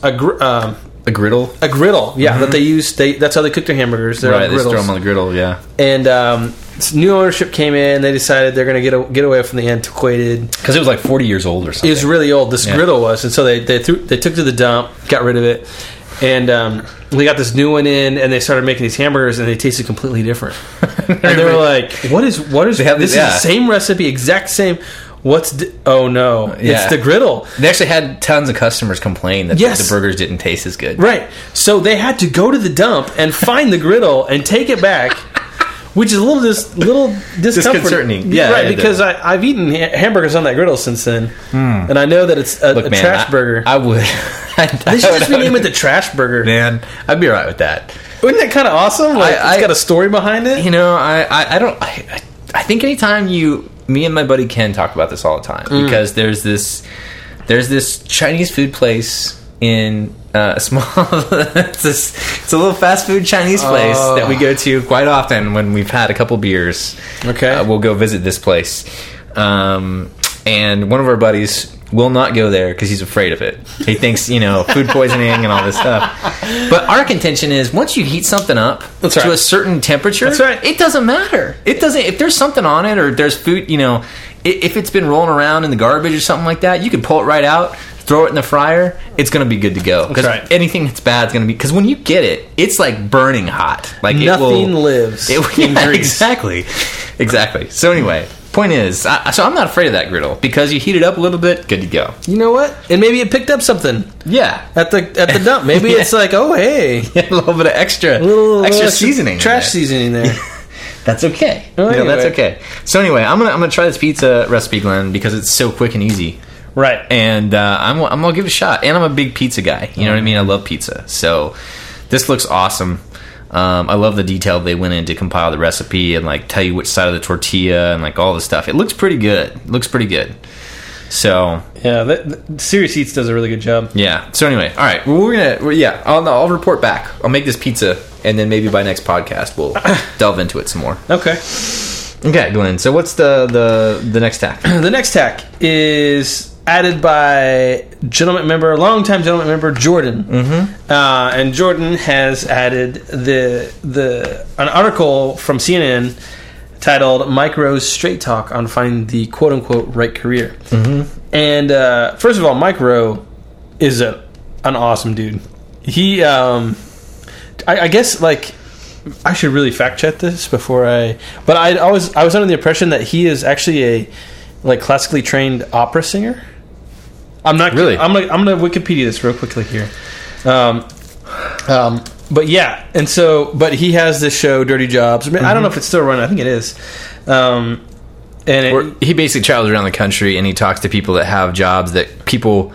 S2: a gr- um,
S1: the griddle.
S2: a griddle, yeah, that they use. They that's how they cook their hamburgers. They're
S1: Mm-hmm. Right,
S2: on
S1: they just
S2: griddles.
S1: throw them on the griddle. Yeah,
S2: and um, s- new ownership came in. They decided they're going to get a, get away from the antiquated.
S1: because it was like 40 years old or something.
S2: It was really old. This
S1: Yeah.
S2: griddle was, and so they they threw they took to the dump, got rid of it, and um, they got this new one in, and they started making these hamburgers, and they tasted completely different. and they were like, "What is what is
S1: They have
S2: this
S1: these- yeah.
S2: is the same recipe, exact same." What's di- oh no?
S1: Yeah.
S2: It's the griddle.
S1: they actually had tons of customers complain that
S2: Yes.
S1: the burgers didn't taste as good.
S2: Right. So they had to go to the dump and find the griddle and take it back, which is a little dis- little discomfort-
S1: Disconcerting. Yeah,
S2: Right.
S1: it
S2: because
S1: is.
S2: I, I've eaten ha- hamburgers on that griddle since then, and I know that it's a,
S1: Hmm. Look,
S2: a
S1: man,
S2: trash
S1: I-
S2: burger.
S1: I would.
S2: they should just rename it the trash burger.
S1: man. I'd be all right with that.
S2: Isn't that kind of awesome? Like,
S1: I-
S2: it's
S1: I-
S2: got a story behind it.
S1: You know, I, I, I don't. I, I- I think anytime you, me and my buddy Ken talk about this all the time
S2: Mm.
S1: because there's this, there's this Chinese food place in uh, a small. it's, this, it's a little fast food Chinese place
S2: Oh.
S1: that we go to quite often when we've had a couple beers.
S2: Okay.
S1: Uh, we'll go visit this place, um, and one of our buddies will not go there because he's afraid of it. He thinks you know food poisoning and all this stuff. But our contention is once you heat something up
S2: That's
S1: to
S2: right.
S1: a certain temperature,
S2: That's right.
S1: it doesn't matter. It doesn't. If there's something on it, or there's food, you know, i- if it's been rolling around in the garbage or something like that, you can pull it right out, throw it in the fryer. It's going to be good to go. Because
S2: right.
S1: anything that's bad is going to be. Because when you get it, it's like burning hot. Like it
S2: Nothing
S1: will,
S2: lives
S1: It,
S2: in
S1: yeah,
S2: Greece.
S1: Exactly. Exactly. So anyway, point is, I, so I'm not afraid of that griddle because you heat it up a little bit, good to go.
S2: You know what? And maybe it picked up something
S1: Yeah.
S2: at the at the dump. Maybe it's like, oh hey,
S1: a little bit of extra,
S2: little
S1: extra seasoning, in
S2: trash
S1: there.
S2: seasoning there.
S1: That's okay.
S2: Well,
S1: Yeah, that's
S2: anyway.
S1: okay. So anyway, I'm gonna I'm gonna try this pizza recipe, Glenn, because it's so quick and easy,
S2: right.
S1: and uh, I'm I'm gonna give it a shot. And I'm a big pizza guy. You know what I mean? I love pizza. So this looks awesome. Um, I love the detail they went in to compile the recipe and like tell you which side of the tortilla and like all this stuff. It looks pretty good. looks pretty good. So
S2: yeah. That, that, Serious Eats does a really good job.
S1: yeah. So anyway, all right. Well, we're gonna we're- yeah. I'll I'll report back. I'll make this pizza, and then maybe by next podcast we'll delve into it some more.
S2: Okay.
S1: Okay, Glenn. So what's the the the next tack?
S2: The next tack is added by gentleman member, longtime gentleman member Jordan, mm-hmm. uh, and Jordan has added the the an article from CNN titled "Mike Rose Straight Talk on Finding the Quote Unquote Right Career." Mm-hmm. And uh, first of all, Mike Rowe is a an awesome dude. He, um, I, I guess, like I should really fact check this before I. But I always I was under the impression that he is actually a like classically trained opera singer. I'm not
S1: Really?
S2: I'm gonna I'm gonna Wikipedia this real quickly here. Um, um, but yeah, and so but he has this show Dirty Jobs. I, mean, I don't know if it's still running. I think it is. Um, and it,
S1: Where he basically travels around the country and he talks to people that have jobs that people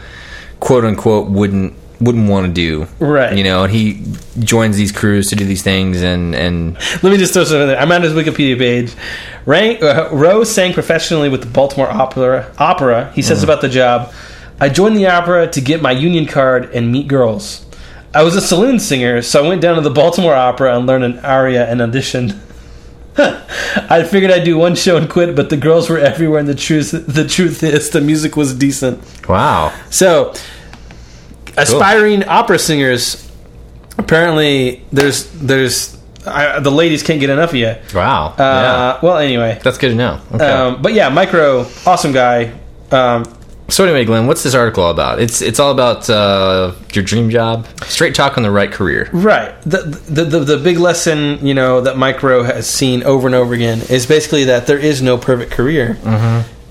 S1: quote unquote wouldn't wouldn't want to do.
S2: Right.
S1: You know, and he joins these crews to do these things and and
S2: Let me just throw something in there. I'm on his Wikipedia page. Rank, uh, Rowe sang professionally with the Baltimore Opera. Opera. He says about the job, I joined the opera to get my union card and meet girls. I was a saloon singer, so I went down to the Baltimore Opera and learned an aria and auditioned. I figured I'd do one show and quit, but the girls were everywhere, and the truth the truth is the music was decent.
S1: wow.
S2: So, aspiring opera singers, apparently there's there's I, the ladies can't get enough of you.
S1: Wow.
S2: Uh, Well, anyway,
S1: That's good to know. Okay.
S2: um, but yeah, Micro, awesome guy. Um,
S1: so anyway, Glenn, what's this article all about? It's it's all about uh, your dream job, straight talk on the right career.
S2: right. The, the the the big lesson you know that Micro has seen over and over again is basically that there is no perfect career.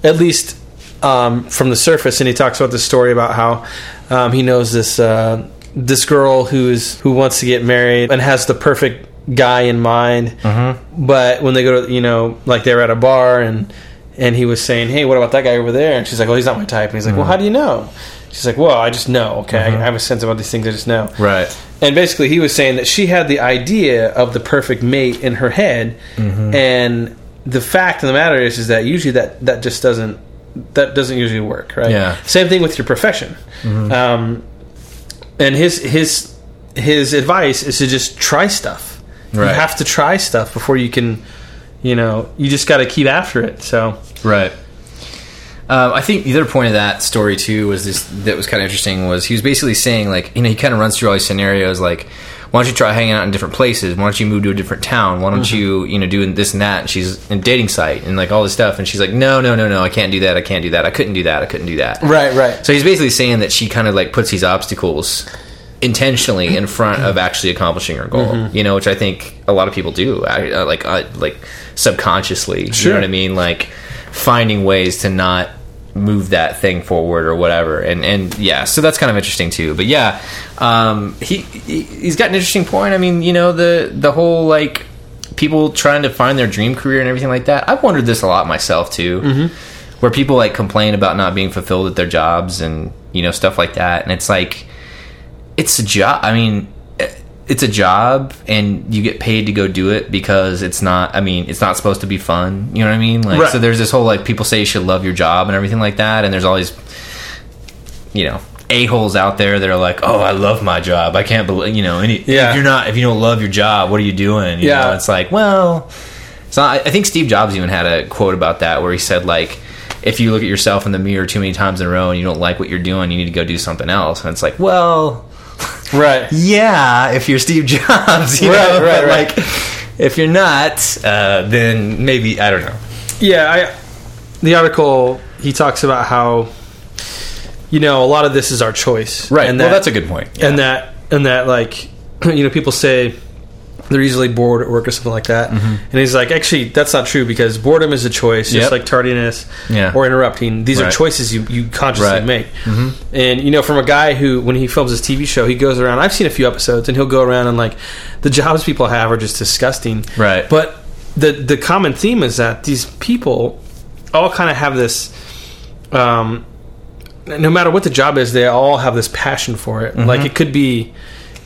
S2: At least um, from the surface, and he talks about this story about how um, he knows this uh, this girl who is who wants to get married and has the perfect guy in mind. But when they go to, you know, like they were at a bar and and he was saying, "Hey, what about that guy over there?" And she's like, "Well, he's not my type." And he's like, "Well, how do you know?" She's like, "Well, I just know. Okay, I, I have a sense about these things. I just know."
S1: Right.
S2: And basically, he was saying that she had the idea of the perfect mate in her head, and the fact of the matter is, is that usually that that just doesn't that doesn't usually work, right?
S1: Yeah.
S2: Same thing with your profession. Um, and his his his advice is to just try stuff. You
S1: Right.
S2: have to try stuff before you can, you know, you just got to keep after it. So
S1: Right. Um, I think the other point of that story too was this that was kind of interesting was he was basically saying like you know he kind of runs through all these scenarios like why don't you try hanging out in different places why don't you move to a different town why don't you you know doing this and that and she's in dating site and like all this stuff and she's like no no no no I can't do that I can't do that I couldn't do that I couldn't do that
S2: right, right,
S1: so he's basically saying that she kind of like puts these obstacles intentionally in front of actually accomplishing her goal.
S2: Mm-hmm.
S1: You know, which I think a lot of people do, I, uh, like uh, like subconsciously. You
S2: Sure.
S1: know what I mean? Like finding ways to not move that thing forward or whatever. And and yeah, so that's kind of interesting too. But yeah, um, he he- he's got an interesting point. I mean, you know, the the whole like people trying to find their dream career and everything like that. I've wondered this a lot myself too
S2: Mm-hmm.
S1: where people like complain about not being fulfilled at their jobs and you know stuff like that and it's like it's a job i mean eh, it's a job and you get paid to go do it because it's not i mean it's not supposed to be fun you know what i mean like
S2: Right.
S1: so there's this whole like people say you should love your job and everything like that and there's all these you know a-holes out there that are like oh i love my job i can't believe you know any
S2: Yeah.
S1: if you're not if you don't love your job what are you doing you
S2: Yeah.
S1: know, it's like well so I, I think Steve Jobs even had a quote about that where he said like, if you look at yourself in the mirror too many times in a row and you don't like what you're doing, you need to go do something else. And it's like, well,
S2: right.
S1: yeah, if you're Steve Jobs, you
S2: Right,
S1: know,
S2: right,
S1: but, like
S2: right.
S1: if you're not, uh, then maybe I don't know.
S2: Yeah, I, the article he talks about how you know a lot of this is our choice, And
S1: well,
S2: that-
S1: that's a good point. Yeah.
S2: and that and that like you know people say they're easily bored at work or something like that and he's like actually that's not true because boredom is a choice
S1: Mm-hmm. Yep.
S2: just like tardiness
S1: Yeah.
S2: or interrupting these are
S1: Right.
S2: choices you, you consciously
S1: Right. Mm-hmm.
S2: make and you know from a guy who when he films his tv show he goes around i've seen a few episodes and he'll go around and like the jobs people have are just disgusting
S1: Right.
S2: but the the common theme is that these people all kind of have this um, no matter what the job is, they all have this passion for it.
S1: Mm-hmm.
S2: Like it could be,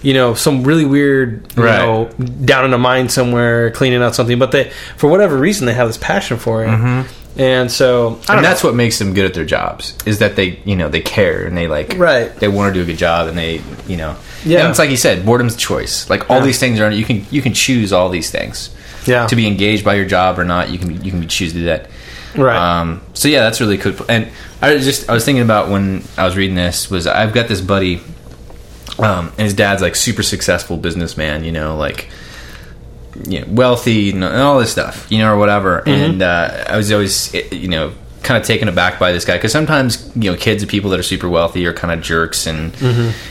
S2: you know, some really weird, you
S1: Right.
S2: know, down in a mine somewhere cleaning out something, but they, for whatever reason, they have this passion for it. And so, I don't
S1: Mm-hmm. and
S2: know.
S1: that's what makes them good at their jobs is that they you know they care and they like
S2: Right.
S1: they want to do a good job and they you know
S2: Yeah.
S1: and it's like you said boredom's a choice like all
S2: Yeah.
S1: these things are you can you can choose all these things
S2: Yeah.
S1: to be engaged by your job or not you can be, you can be choose to do that
S2: right.
S1: um, so yeah that's really cool and I was just I was thinking about when I was reading this was I've got this buddy um, and his dad's like super successful businessman you know like you know, wealthy and all this stuff, you know, or whatever. And uh, I was always, eh, you know, kind of taken aback by this guy because sometimes, you know, kids of people that are super wealthy are kind of jerks and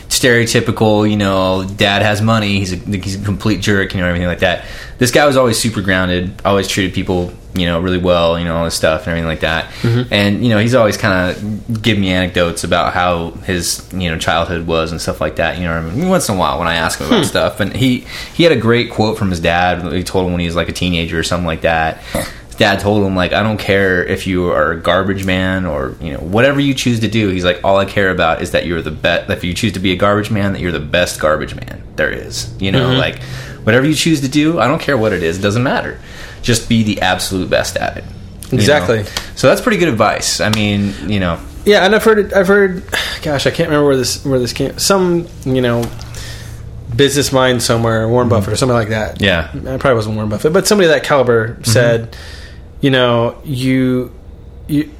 S1: stereotypical. You know, dad has money; he's a, he's a complete jerk, you know, everything like that. This guy was always super grounded, always treated people, you know, really well, you know, all this stuff and everything like that. And you know, he's always kind of giving me anecdotes about how his you know childhood was and stuff like that. You know, what I mean? once in a while when I ask him about stuff, and he he had a great quote from his dad. that He told him when he was like a teenager or something like that. His dad told him like, I don't care if you are a garbage man or you know whatever you choose to do. He's like, all I care about is that you're the best. If you choose to be a garbage man, that you're the best garbage man there is. You know, like whatever you choose to do, I don't care what it is, it doesn't matter. Just be the absolute best at it. you know?
S2: Exactly.
S1: So that's pretty good advice. I mean, you know,
S2: Yeah, and I've heard it. I've heard. Gosh, I can't remember where this where this came. Some you know, business mind somewhere, Warren Buffett or something like that.
S1: Mm-hmm. Yeah.
S2: it probably wasn't Warren Buffett, but somebody of that
S1: Mm-hmm.
S2: caliber said, you know, you you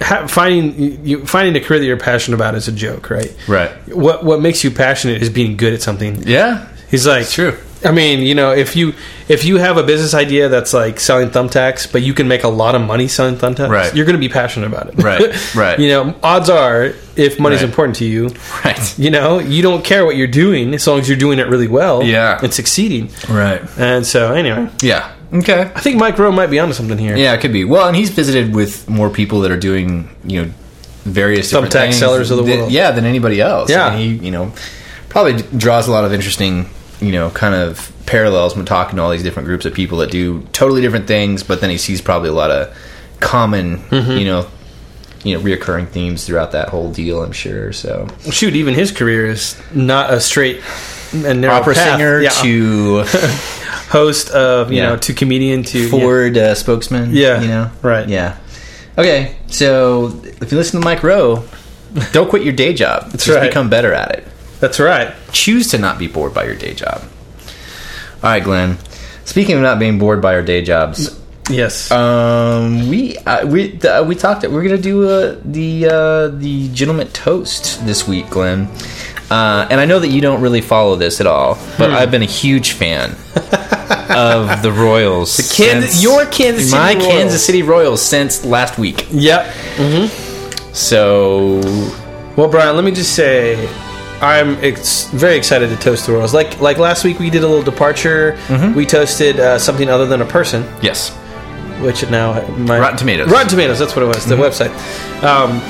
S2: ha- finding you- you finding a career that you're passionate about is a joke, right?
S1: right?
S2: What what makes you passionate is being good at something.
S1: Yeah,
S2: He's like,
S1: it's true.
S2: I mean, you know, if you if you have a business idea that's like selling thumbtacks, but you can make a lot of money selling thumbtacks,
S1: Right.
S2: you're going to be passionate about it.
S1: Right, right.
S2: you know, odds are, if money's
S1: Right.
S2: important to you,
S1: Right.
S2: you know, you don't care what you're doing as long as you're doing it really well,
S1: Yeah.
S2: and succeeding.
S1: Right.
S2: And so, anyway,
S1: Yeah. Okay.
S2: I think Mike Rowe might be onto something here.
S1: Yeah, it could be. Well, and he's visited with more people that are doing, you know, various different
S2: Thumbtack
S1: things
S2: sellers of the
S1: than-
S2: world.
S1: Yeah, than anybody else.
S2: Yeah.
S1: And he, you know, probably draws a lot of interesting you know, kind of parallels when talking to all these different groups of people that do totally different things, but then he sees probably a lot of common,
S2: Mm-hmm.
S1: you know, you know, reoccurring themes throughout that whole deal. I'm sure. So
S2: Shoot, even his career is not a straight and narrow
S1: opera
S2: path.
S1: singer
S2: Yeah.
S1: to
S2: host of you
S1: Yeah.
S2: know to comedian to
S1: Ford uh, spokesman.
S2: Yeah,
S1: you know,
S2: right.
S1: Yeah. Okay, so if you listen to Mike Rowe, don't quit your day job. Just
S2: right.
S1: become better at it.
S2: Yeah. That's right.
S1: choose to not be bored by your day job. All right, Glenn. Speaking of not being bored by our day jobs,
S2: Yes.
S1: um, we uh, we uh, we talked. We're gonna do uh, the uh, the gentleman toast this week, Glenn. Uh, and I know that you don't really follow this at all,
S2: Hmm.
S1: but I've been a huge fan of the Royals. The
S2: Kansas- your Kansas City
S1: my
S2: Royals.
S1: Kansas City Royals since last week.
S2: yep.
S1: So
S2: Well, Brian, let me just say, I'm ex- very excited to toast the Royals. Like like last week, we did a little departure.
S1: Mm-hmm.
S2: We toasted uh, something other than a person,
S1: yes,
S2: which now my
S1: Rotten Tomatoes. Mm-hmm.
S2: Rotten Tomatoes. That's what it was. The website. Um,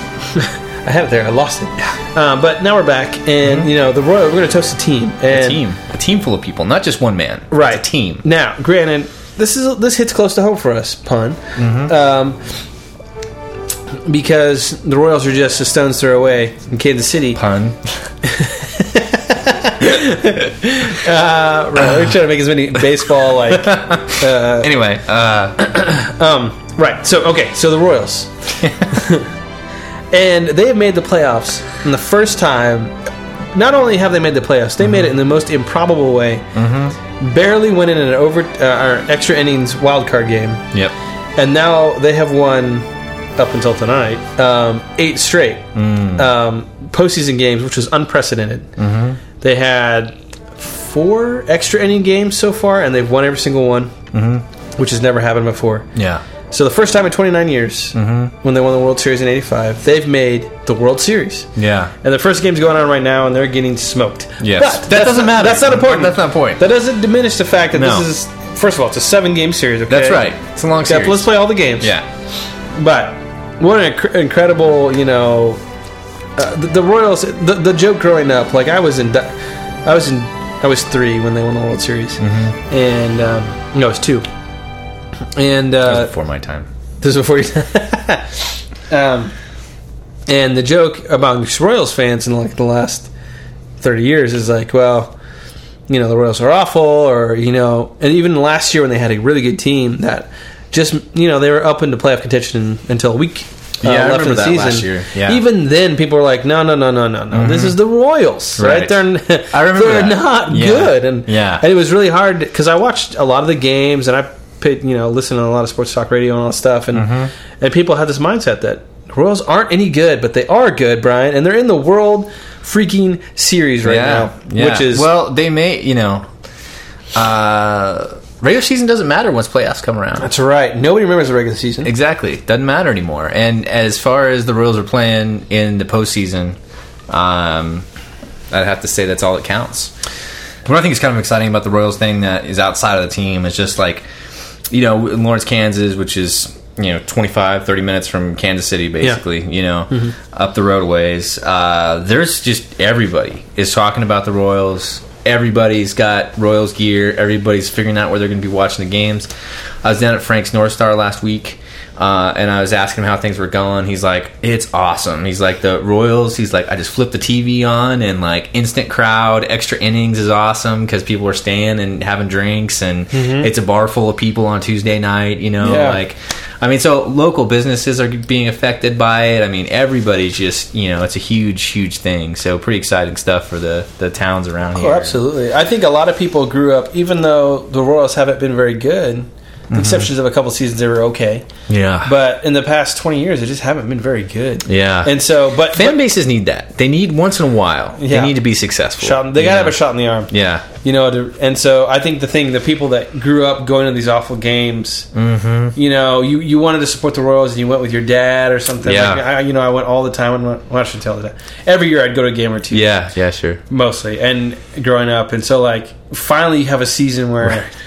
S2: I had it there. I lost it. Uh, but now we're back, and you know the Royal. We're going to toast a team. And
S1: a Mm-hmm. team, a team full of people, not just one man. It's
S2: right
S1: a team.
S2: now granted this is this hits close to home for us pun um, because the royals are just a stone's throw away in kansas city
S1: Pun.
S2: uh, right, we're trying to make as many baseball like
S1: Anyway, uh,
S2: right so okay so the royals and they have made the playoffs in the first time not only have they made the playoffs they made it in the most improbable way barely winning an over uh, or extra innings wild card game
S1: yep.
S2: and now they have won up until tonight um, eight straight
S1: Mm.
S2: um, postseason games, which was unprecedented. Mm-hmm. They had four extra inning games so far, and they've won every single one,
S1: Mm-hmm.
S2: which has never happened before.
S1: Yeah.
S2: So the first time in 29 years,
S1: Mm-hmm.
S2: when they won the World Series in '85, they've made the World Series.
S1: Yeah.
S2: And the first game's going on right now, and they're getting smoked.
S1: Yes.
S2: But
S1: That
S2: that's
S1: doesn't
S2: not-
S1: matter.
S2: That's not important.
S1: That's not important.
S2: That doesn't diminish the fact that
S1: No.
S2: this is, first of all, it's a seven game series. Okay?
S1: That's right. It's a long
S2: Except
S1: series.
S2: let's play all the games.
S1: yeah.
S2: But what an inc- incredible, you know, uh, the, the Royals. The, the joke growing up, like I was in, di- I was in, I was three when they won the World Series, and um, no, I was two, and uh,
S1: Before my time.
S2: this is before you. um, and the joke amongst Royals fans in like the last thirty years is like, well, you know, the Royals are awful, or you know, and even last year when they had a really good team that just you know they were up into playoff contention until week. Uh,
S1: Yeah, I
S2: left
S1: remember
S2: in the
S1: that
S2: season.
S1: last year. Yeah. Mm-hmm.
S2: Even then, people were like, "No, no, no, no, no, no. This is the Royals, right?
S1: Right.
S2: They're n-
S1: I remember
S2: they're
S1: that.
S2: not
S1: Yeah.
S2: good." And
S1: Yeah.
S2: and it was really hard because I watched a lot of the games and I paid, you know, listened to a lot of sports talk radio and all that stuff, and
S1: Mm-hmm.
S2: and people had this mindset that Royals aren't any good, but they are good, Brian, and they're in the world freaking series right
S1: yeah.
S2: now, which is
S1: well, they may, you know, uh, regular season doesn't matter once playoffs come around.
S2: that's right. Nobody remembers the regular season.
S1: exactly. Doesn't matter anymore. And as far as the Royals are playing in the postseason, um, I'd have to say that's all that counts. What I think is kind of exciting about the Royals thing that is outside of the team is just like, you know, in Lawrence, Kansas, which is, you know, 25, 30 minutes from Kansas City, basically, you know, up the roadways. Uh, there's just everybody is talking about the Royals. Everybody's got Royals gear. Everybody's figuring out where they're going to be watching the games. I was down at Frank's North Star last week. Uh, and I was asking him how things were going. He's like, "It's awesome." He's like, "The Royals." He's like, "I just flipped the TV on and like instant crowd, extra innings is awesome because people are staying and having drinks, and it's a bar full of people on Tuesday night. You know,
S2: Yeah.
S1: like, I mean, so local businesses are being affected by it. I mean, everybody's just you know, it's a huge, huge thing. So pretty exciting stuff for the the towns around here.
S2: Oh, absolutely. I think a lot of people grew up, even though the Royals haven't been very good. with The exceptions of a couple seasons, they were okay.
S1: Mm-hmm. Yeah,
S2: But in the past twenty years, they just haven't been very good.
S1: Yeah.
S2: and so, but
S1: fan bases need that. They need once in a while.
S2: Yeah.
S1: They need to be successful.
S2: shot, they gotta
S1: you
S2: have
S1: know?
S2: a shot in the arm.
S1: Yeah.
S2: you know to, and so i think the thing the people that grew up going to these awful games
S1: Mm-hmm.
S2: you know you, you wanted to support the royals and you went with your dad or something
S1: Yeah.
S2: like, I, you know i went all the time and went, well, i should tell the dad every year i'd go to a game or two
S1: Yeah, yeah, sure.
S2: mostly and growing up and so like finally you have a season where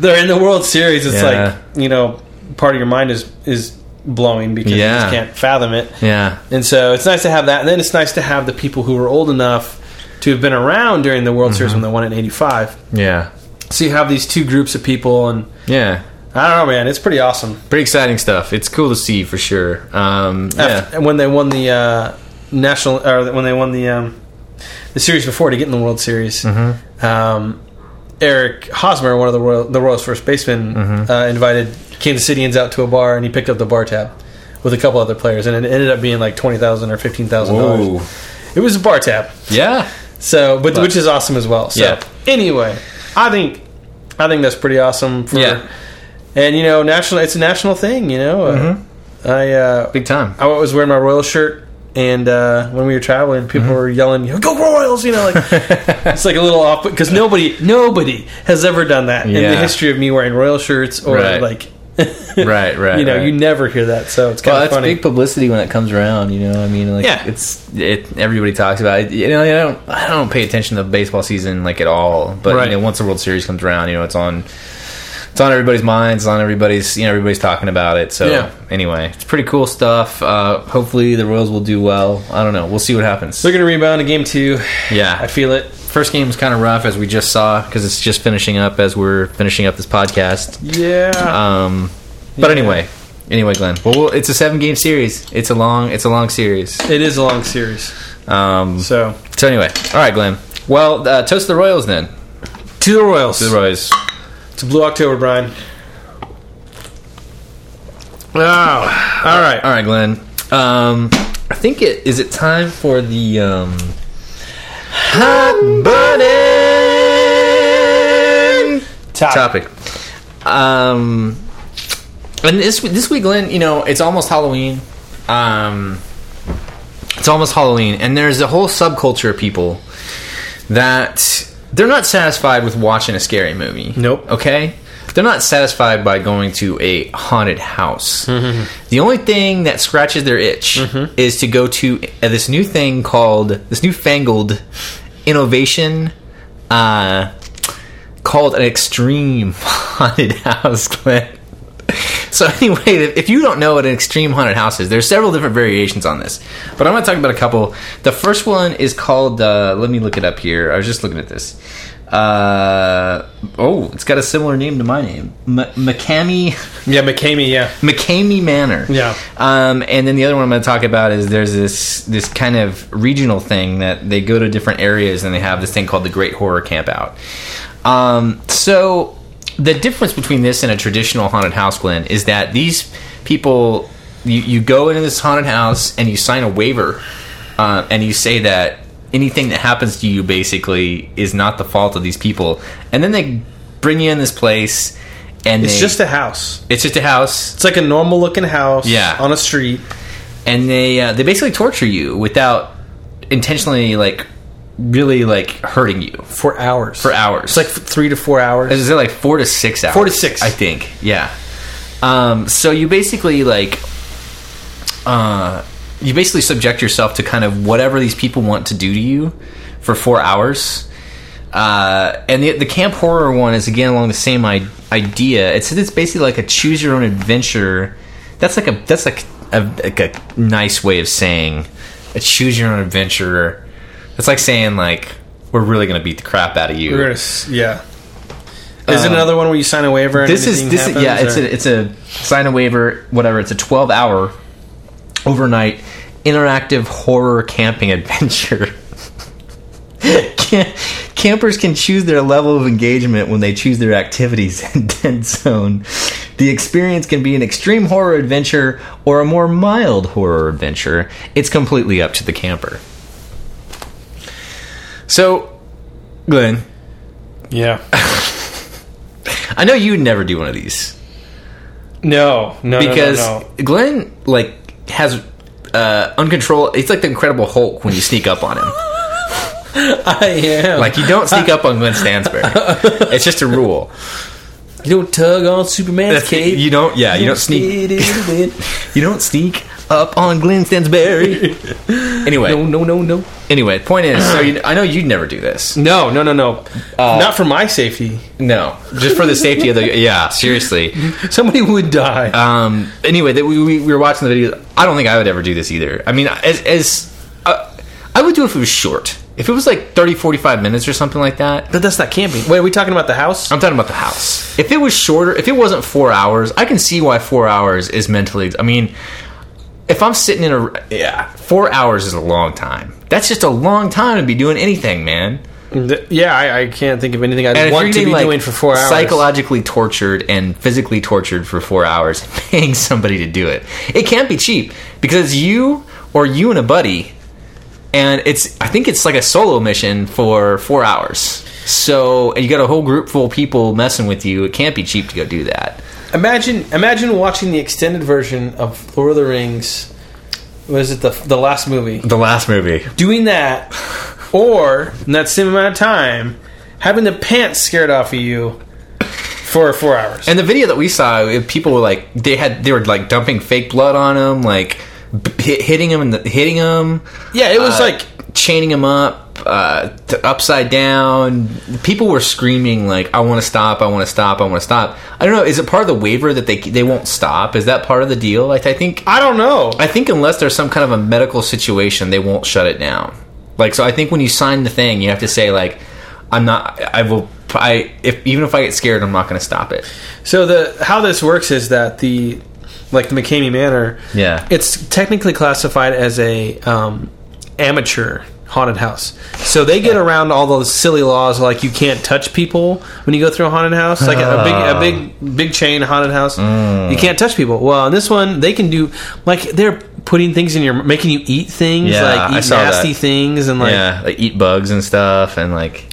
S2: they're in the world series it's
S1: Yeah.
S2: like you know part of your mind is is blowing because you
S1: Yeah.
S2: just can't fathom it
S1: Yeah.
S2: and so it's nice to have that and then it's nice to have the people who are old enough to have been around during the World
S1: Mm-hmm.
S2: Series when they won it in '85.
S1: Yeah.
S2: So you have these two groups of people, and
S1: Yeah.
S2: I don't know, man, it's pretty awesome.
S1: Pretty exciting stuff. It's cool to see for sure. Um, yeah.
S2: After- when they won the uh, national, or when they won the um, the series before to get in the World Series, um, Eric Hosmer, one of the Royal, the Royals' first baseman, uh, invited Kansas Cityans out to a bar, and he picked up the bar tab with a couple other players, and it ended up being like twenty thousand or fifteen thousand
S1: Whoa.
S2: dollars. It was a bar tab.
S1: Yeah.
S2: So, but, which is awesome as well. So,
S1: Yeah.
S2: anyway, I think I think that's pretty awesome. For,
S1: Yeah.
S2: and you know, national it's a national thing. You know, Uh,
S1: Mm-hmm.
S2: I uh,
S1: Big time.
S2: I was wearing my royal shirt, and uh, when we were traveling, people
S1: Mm-hmm.
S2: were yelling, you know, "Go Royals!" You know, like it's like a little off because nobody nobody has ever done that in the
S1: Yeah.
S2: history of me wearing royal shirts or
S1: Right.
S2: like
S1: Right, right.
S2: you know
S1: right.
S2: you never hear that. So it's kind
S1: well,
S2: of
S1: that's
S2: funny.
S1: big publicity when it comes around. You know, I mean, like,
S2: Yeah.
S1: it's it. Everybody talks about it. You know, I don't, I don't pay attention to baseball season like at all. But
S2: Right.
S1: you know, once the World Series comes around, you know, it's on, it's on everybody's minds. It's on everybody's, you know, everybody's talking about it. So
S2: Yeah.
S1: anyway, it's pretty cool stuff. Uh, hopefully, the Royals will do well. I don't know. We'll see what happens.
S2: They're going to rebound in game two.
S1: Yeah,
S2: I feel it.
S1: first game was kind of rough as we just saw because it's just finishing up as we're finishing up this podcast.
S2: Yeah.
S1: Um, but
S2: Yeah.
S1: anyway, anyway, Glenn. Well, we'll- it's a seven game series. It's a long, it's a long series.
S2: it is a long series.
S1: Um, so,
S2: So
S1: anyway, all right, Glenn. Well, uh, toast to the Royals then.
S2: to the Royals.
S1: To the Royals.
S2: It's Blue October, Brian. Oh, all right.
S1: All right, Glenn. Um, I think it is it time for the um, hot button
S2: Top.
S1: topic. Um, and this this week, Glenn, you know, it's almost Halloween. Um, it's almost Halloween, and there's a whole subculture of people that they're not satisfied with watching a scary movie.
S2: Nope.
S1: Okay. They're not satisfied by going to a haunted house. The only thing that scratches their itch is to go to uh, this new thing called this newfangled innovation uh, called an extreme haunted house, Glenn. So anyway, if you don't know what an extreme haunted house is, there's several different variations on this, but I'm going to talk about a couple. The first one is called. Uh, let me look it up here. I was just looking at this. Uh, oh, it's got a similar name to my name, M- McCammy
S2: Yeah, McCamey, yeah.
S1: McCamey Manor.
S2: Yeah.
S1: Um, and then the other one I'm going to talk about is there's this this kind of regional thing that they go to different areas and they have this thing called the Great Horror Camp Out. Um, so the difference between this and a traditional haunted house, Glenn, is that these people you, you go into this haunted house and you sign a waiver uh, and you say that anything that happens to you basically is not the fault of these people, and then they bring you in this place. And
S2: It's
S1: they-
S2: just a house.
S1: it's just a house
S2: It's like a normal looking house
S1: Yeah.
S2: on a street.
S1: and they uh, they basically torture you without intentionally like really like hurting you for
S2: For hours. For
S1: hours.
S2: It's like f- three to four hours.
S1: is it like four to six hours?
S2: Four to six.
S1: I think. Yeah. Um, so you basically like, uh, you basically subject yourself to kind of whatever these people want to do to you for four hours. Uh, and the, the camp horror one is again along the same I- idea. It's it's basically like a choose your own adventure. That's like a that's like a, like a nice way of saying a choose your own adventure. That's like saying like we're really gonna beat the crap out of you.
S2: We're gonna s- yeah. Is it another one where you sign a waiver and
S1: Um, This is
S2: anything
S1: this is, yeah.
S2: happens,
S1: It's
S2: or-
S1: a it's a sign a waiver, whatever. It's a twelve hour overnight interactive horror camping adventure. Cam- Campers can choose their level of engagement when they choose their activities and dead zone. The experience can be an extreme horror adventure or a more mild horror adventure. It's completely up to the camper. So, Glenn,
S2: yeah.
S1: I know you'd never do one of these.
S2: No, no,
S1: because
S2: because no, no.
S1: Glenn like has uh, uncontrolled. It's like the Incredible Hulk when you sneak up on him.
S2: I am.
S1: Like you don't sneak up on Glenn Stansberry. It's just a rule.
S2: you don't tug on Superman's
S1: That's-
S2: cape.
S1: You don't. Yeah, you don't sneak. You don't sneak up on Glenn Stansberry.
S2: no,
S1: Anyway,
S2: no, no, no.
S1: anyway. Point is, so you, I know you'd never do this.
S2: No, no, no, no.
S1: Uh,
S2: Not for my safety.
S1: No, just for the safety of the. Yeah, seriously.
S2: Somebody would die.
S1: Um. Anyway, that we, we we were watching the video. I don't think I would ever do this either. I mean, as as uh, I would do it if it was short. if it was like 30, 45 minutes or something like that,
S2: But that's not camping. Wait, are we talking about the house?
S1: I'm talking about the house. If it was shorter, if it wasn't four hours, I can see why four hours is mentally. I mean, if I'm sitting in a yeah, four hours is a long time. That's just a long time to be doing anything, man.
S2: Th- yeah, I, I can't think of anything I'd
S1: And if
S2: want
S1: you're
S2: to
S1: getting
S2: be
S1: like
S2: doing for four hours.
S1: psychologically tortured and physically tortured for four hours, paying somebody to do it, it can't be cheap because it's you or you and a buddy, and it's I think it's like a solo mission for four hours. So and you got a whole group full of people messing with you. It can't be cheap to go do that.
S2: Imagine, imagine watching the extended version of Lord of the Rings. Was it the the last movie?
S1: The last movie,
S2: Doing that, or in that same amount of time, having the pants scared off of you for four hours.
S1: and the video that we saw, it- people were like they had they were like dumping fake blood on him, like b- hit, hitting him and the, hitting him.
S2: yeah, it was
S1: uh,
S2: like
S1: chaining him up, uh, t- upside down. People were screaming like, "I want to stop! I want to stop! I want to stop!" I don't know. Is it part of the waiver that they they won't stop? Is that part of the deal? Like, I think
S2: I don't know.
S1: I think unless there's some kind of a medical situation, they won't shut it down. Like, so I think when you sign the thing, you have to say like, "I'm not. I will. I if even if I get scared, I'm not going to stop it."
S2: So the how this works is that the like the McCamey Manor,
S1: Yeah.
S2: it's technically classified as a um, amateur haunted house. So they get around all those silly laws like you can't touch people when you go through a haunted house, like a, a big a
S1: Oh.
S2: big big chain haunted house.
S1: Mm.
S2: You can't touch people. Well, in this one they can do like they're putting things in your making you eat things
S1: Yeah,
S2: like
S1: I
S2: eat
S1: saw
S2: nasty
S1: that.
S2: things and like
S1: yeah, like eat bugs and stuff, and like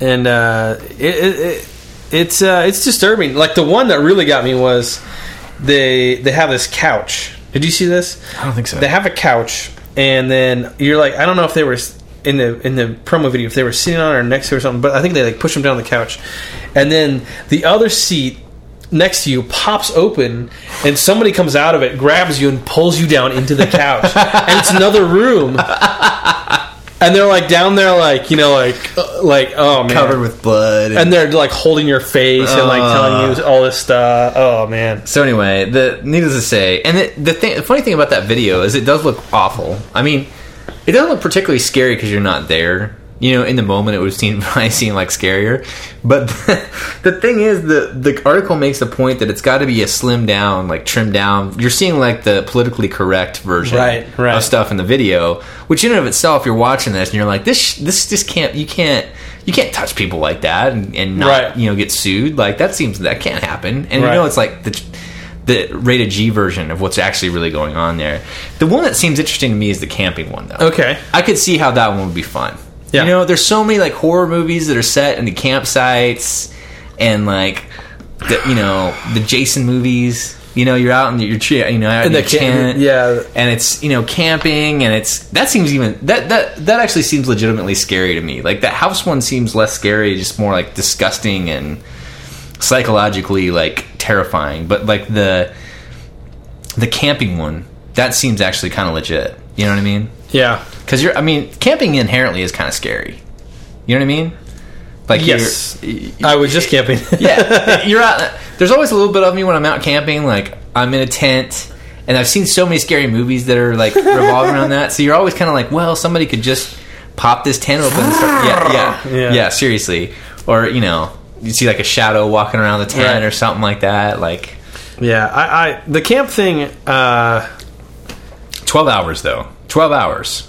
S2: and uh, it, it, it it's uh, it's disturbing. Like the one that really got me was they they have this couch. Did you see this?
S1: I don't think so.
S2: They have a couch, and then you're like, I don't know if they were s- in the in the promo video if they were sitting on it or next to it or something, but I think they like push them down the couch, and then the other seat next to you pops open and somebody comes out of it grabs you and pulls you down into the couch and it's another room and they're like down there like you know like uh, like oh man
S1: covered with blood
S2: and they're like holding your face and like telling you all this stuff. Oh man,
S1: So anyway, the needless to say, and the the, thing, the funny thing about that video is it does look awful. I mean, it doesn't look particularly scary because you're not there. You know, in the moment, it would seem probably seem like scarier. But the, thing is, the the article makes the point that it's got to be a slim down, like trimmed down. You're seeing like the politically correct version,
S2: Right, right.
S1: of stuff in the video. Which in and of itself, you're watching this and you're like, this sh- this just can't you can't you can't touch people like that and, and not
S2: Right.
S1: you know get sued. Like that seems that can't happen. And
S2: Right.
S1: you know, it's like the the rated G version of what's actually really going on there. The one that seems interesting to me is the camping one, though.
S2: Okay.
S1: I could see how that one would be fun.
S2: Yeah.
S1: You know, there's so many like horror movies that are set in the campsites and like the, you know the Jason movies. You know, you're out in your tree, you know, out in,
S2: the
S1: your
S2: ca-
S1: tent,
S2: yeah.
S1: and it's you know camping, and it's that seems even that that that actually seems legitimately scary to me. Like that house one seems less scary, just more like disgusting and psychologically like terrifying. But like the the camping one, that seems actually kind of legit. You know what I mean?
S2: yeah,
S1: Because you're, I mean, camping inherently is kind of scary. You know what I mean? Like
S2: Yes.
S1: you're-
S2: I was just camping.
S1: yeah, you're out. There's always a little bit of me when I'm out camping. Like I'm in a tent, and I've seen so many scary movies that are like revolve around that. So you're always kind of like, well, somebody could just pop this tent open. And start, yeah, yeah,
S2: Yeah.
S1: Ah! yeah, Seriously, or you know, you see like a shadow walking around the tent
S2: Right.
S1: or something like that. Like
S2: yeah. I, I the camp thing. Uh,
S1: twelve hours though. Twelve hours.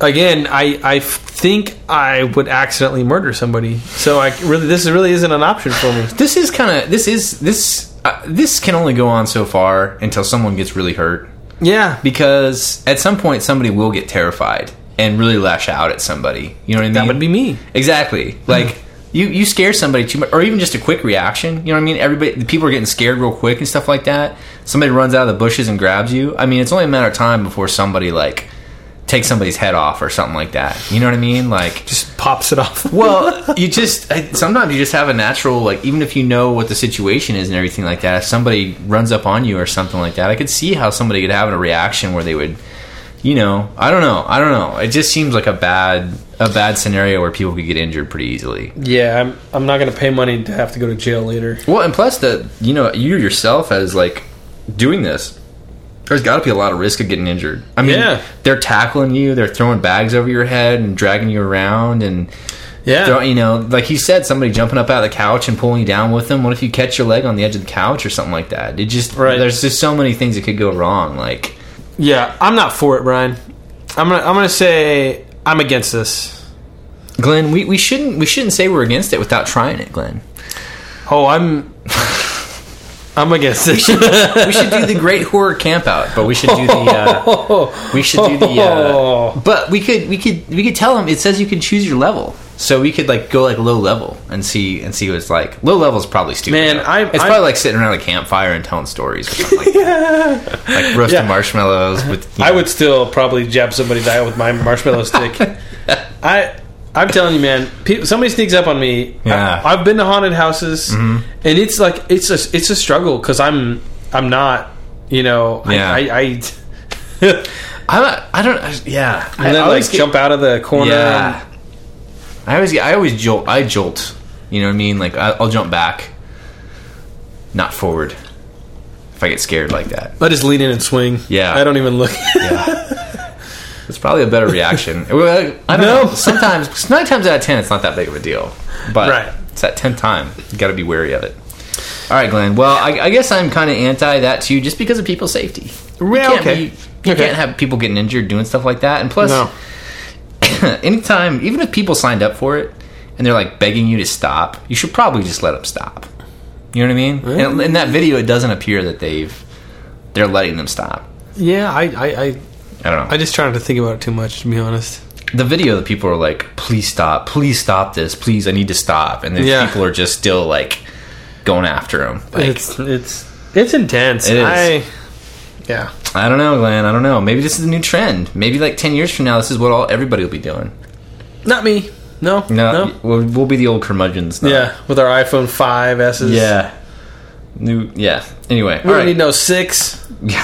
S2: again, I I think I would accidentally murder somebody. So I really this really isn't an option for me.
S1: this is kind of this is this uh, this can only go on so far until someone gets really hurt
S2: Yeah, be-
S1: because at some point somebody will get terrified and really lash out at somebody you know what i mean
S2: that would be me.
S1: exactly like you you scare somebody too much or even just a quick reaction you know what i mean everybody the people are getting scared real quick and stuff like that somebody runs out of the bushes and grabs you i mean it's only a matter of time before somebody like takes somebody's head off or something like that you know what i mean like
S2: Just pops it off.
S1: well, you just I, sometimes you just have a natural like even if you know what the situation is and everything like that. If somebody runs up on you or something like that, I could see how somebody could have a reaction where they would, you know, I don't know, I don't know. It just seems like a bad a bad scenario where people could get injured pretty easily.
S2: Yeah, I'm I'm not gonna pay money to have to go to jail later.
S1: Well, and plus that you know you yourself as like doing this there's got to be a lot of risk of getting injured. I mean,
S2: Yeah.
S1: they're tackling you, they're throwing bags over your head and dragging you around, and
S2: Yeah.
S1: throw- you know, like he said, somebody jumping up out of the couch and pulling you down with them. What if you catch your leg on the edge of the couch or something like that? It just
S2: Right.
S1: there's just so many things that could go wrong. Like
S2: yeah, I'm not for it, Brian. I'm gonna I'm gonna say I'm against this.
S1: Glenn, we, we shouldn't we shouldn't say we're against it without trying it, Glenn.
S2: Oh, I'm I'm against this.
S1: We should do the great horror camp out, but we should do the uh, we should do the uh, but we could we could we could tell them it says you can choose your level. So we could like go like low level and see and see what it's like. Low level is probably stupid.
S2: Man,
S1: though.
S2: I-
S1: it's
S2: I-
S1: probably like sitting around a campfire and telling stories or something like that. Like roasting
S2: Yeah.
S1: marshmallows with you
S2: I
S1: know,
S2: would still probably jab somebody in the eye with my marshmallow stick. I, I'm telling you, man. People, somebody sneaks up on me.
S1: Yeah. Mm-hmm.
S2: I, have been to haunted houses, and it's like it's a it's a struggle because I'm I'm not you know
S1: Yeah.
S2: I I, I,
S1: I'm not, I don't I- yeah. I
S2: and then
S1: always
S2: like
S1: get-
S2: jump out of the corner.
S1: Yeah. I always get, I always jolt I jolt. You know what I mean? Like I, I'll jump back, not forward. If I get scared like that,
S2: I just lean in and swing.
S1: Yeah.
S2: I don't even look.
S1: it's probably a better reaction. Well, I don't
S2: No.
S1: know. Sometimes nine times out of ten, it's not that big of a deal. But
S2: Right.
S1: it's that tenth time. You got to be wary of it. All right, Glenn. Well, I, I guess I'm kind of anti that too, just because of people's safety. You
S2: Yeah,
S1: can't
S2: okay.
S1: be- you
S2: Okay.
S1: can't have people getting injured doing stuff like that. And plus,
S2: No.
S1: anytime, even if people signed up for it and they're like begging you to stop, you should probably just let them stop. You know what I mean? And in that video, it doesn't appear that they've they're letting them stop.
S2: yeah, I, I I
S1: I don't know.
S2: I just try not to think about it too much. To be honest.
S1: the video, the people are like, "Please stop! Please stop this! Please, I need to stop!" And then
S2: Yeah.
S1: people are just still like going after him. Like,
S2: it's it's it's intense.
S1: It is.
S2: I, yeah.
S1: I don't know, Glenn. I don't know. Maybe this is a new trend. Maybe like ten years from now, this is what all everybody will be doing.
S2: Not me. No.
S1: No, We'll, we'll be the old curmudgeons. Now.
S2: Yeah, with our iPhone 5s.
S1: yeah, new. Yeah. Anyway,
S2: We
S1: all
S2: don't
S1: right.
S2: need no six.
S1: Yeah.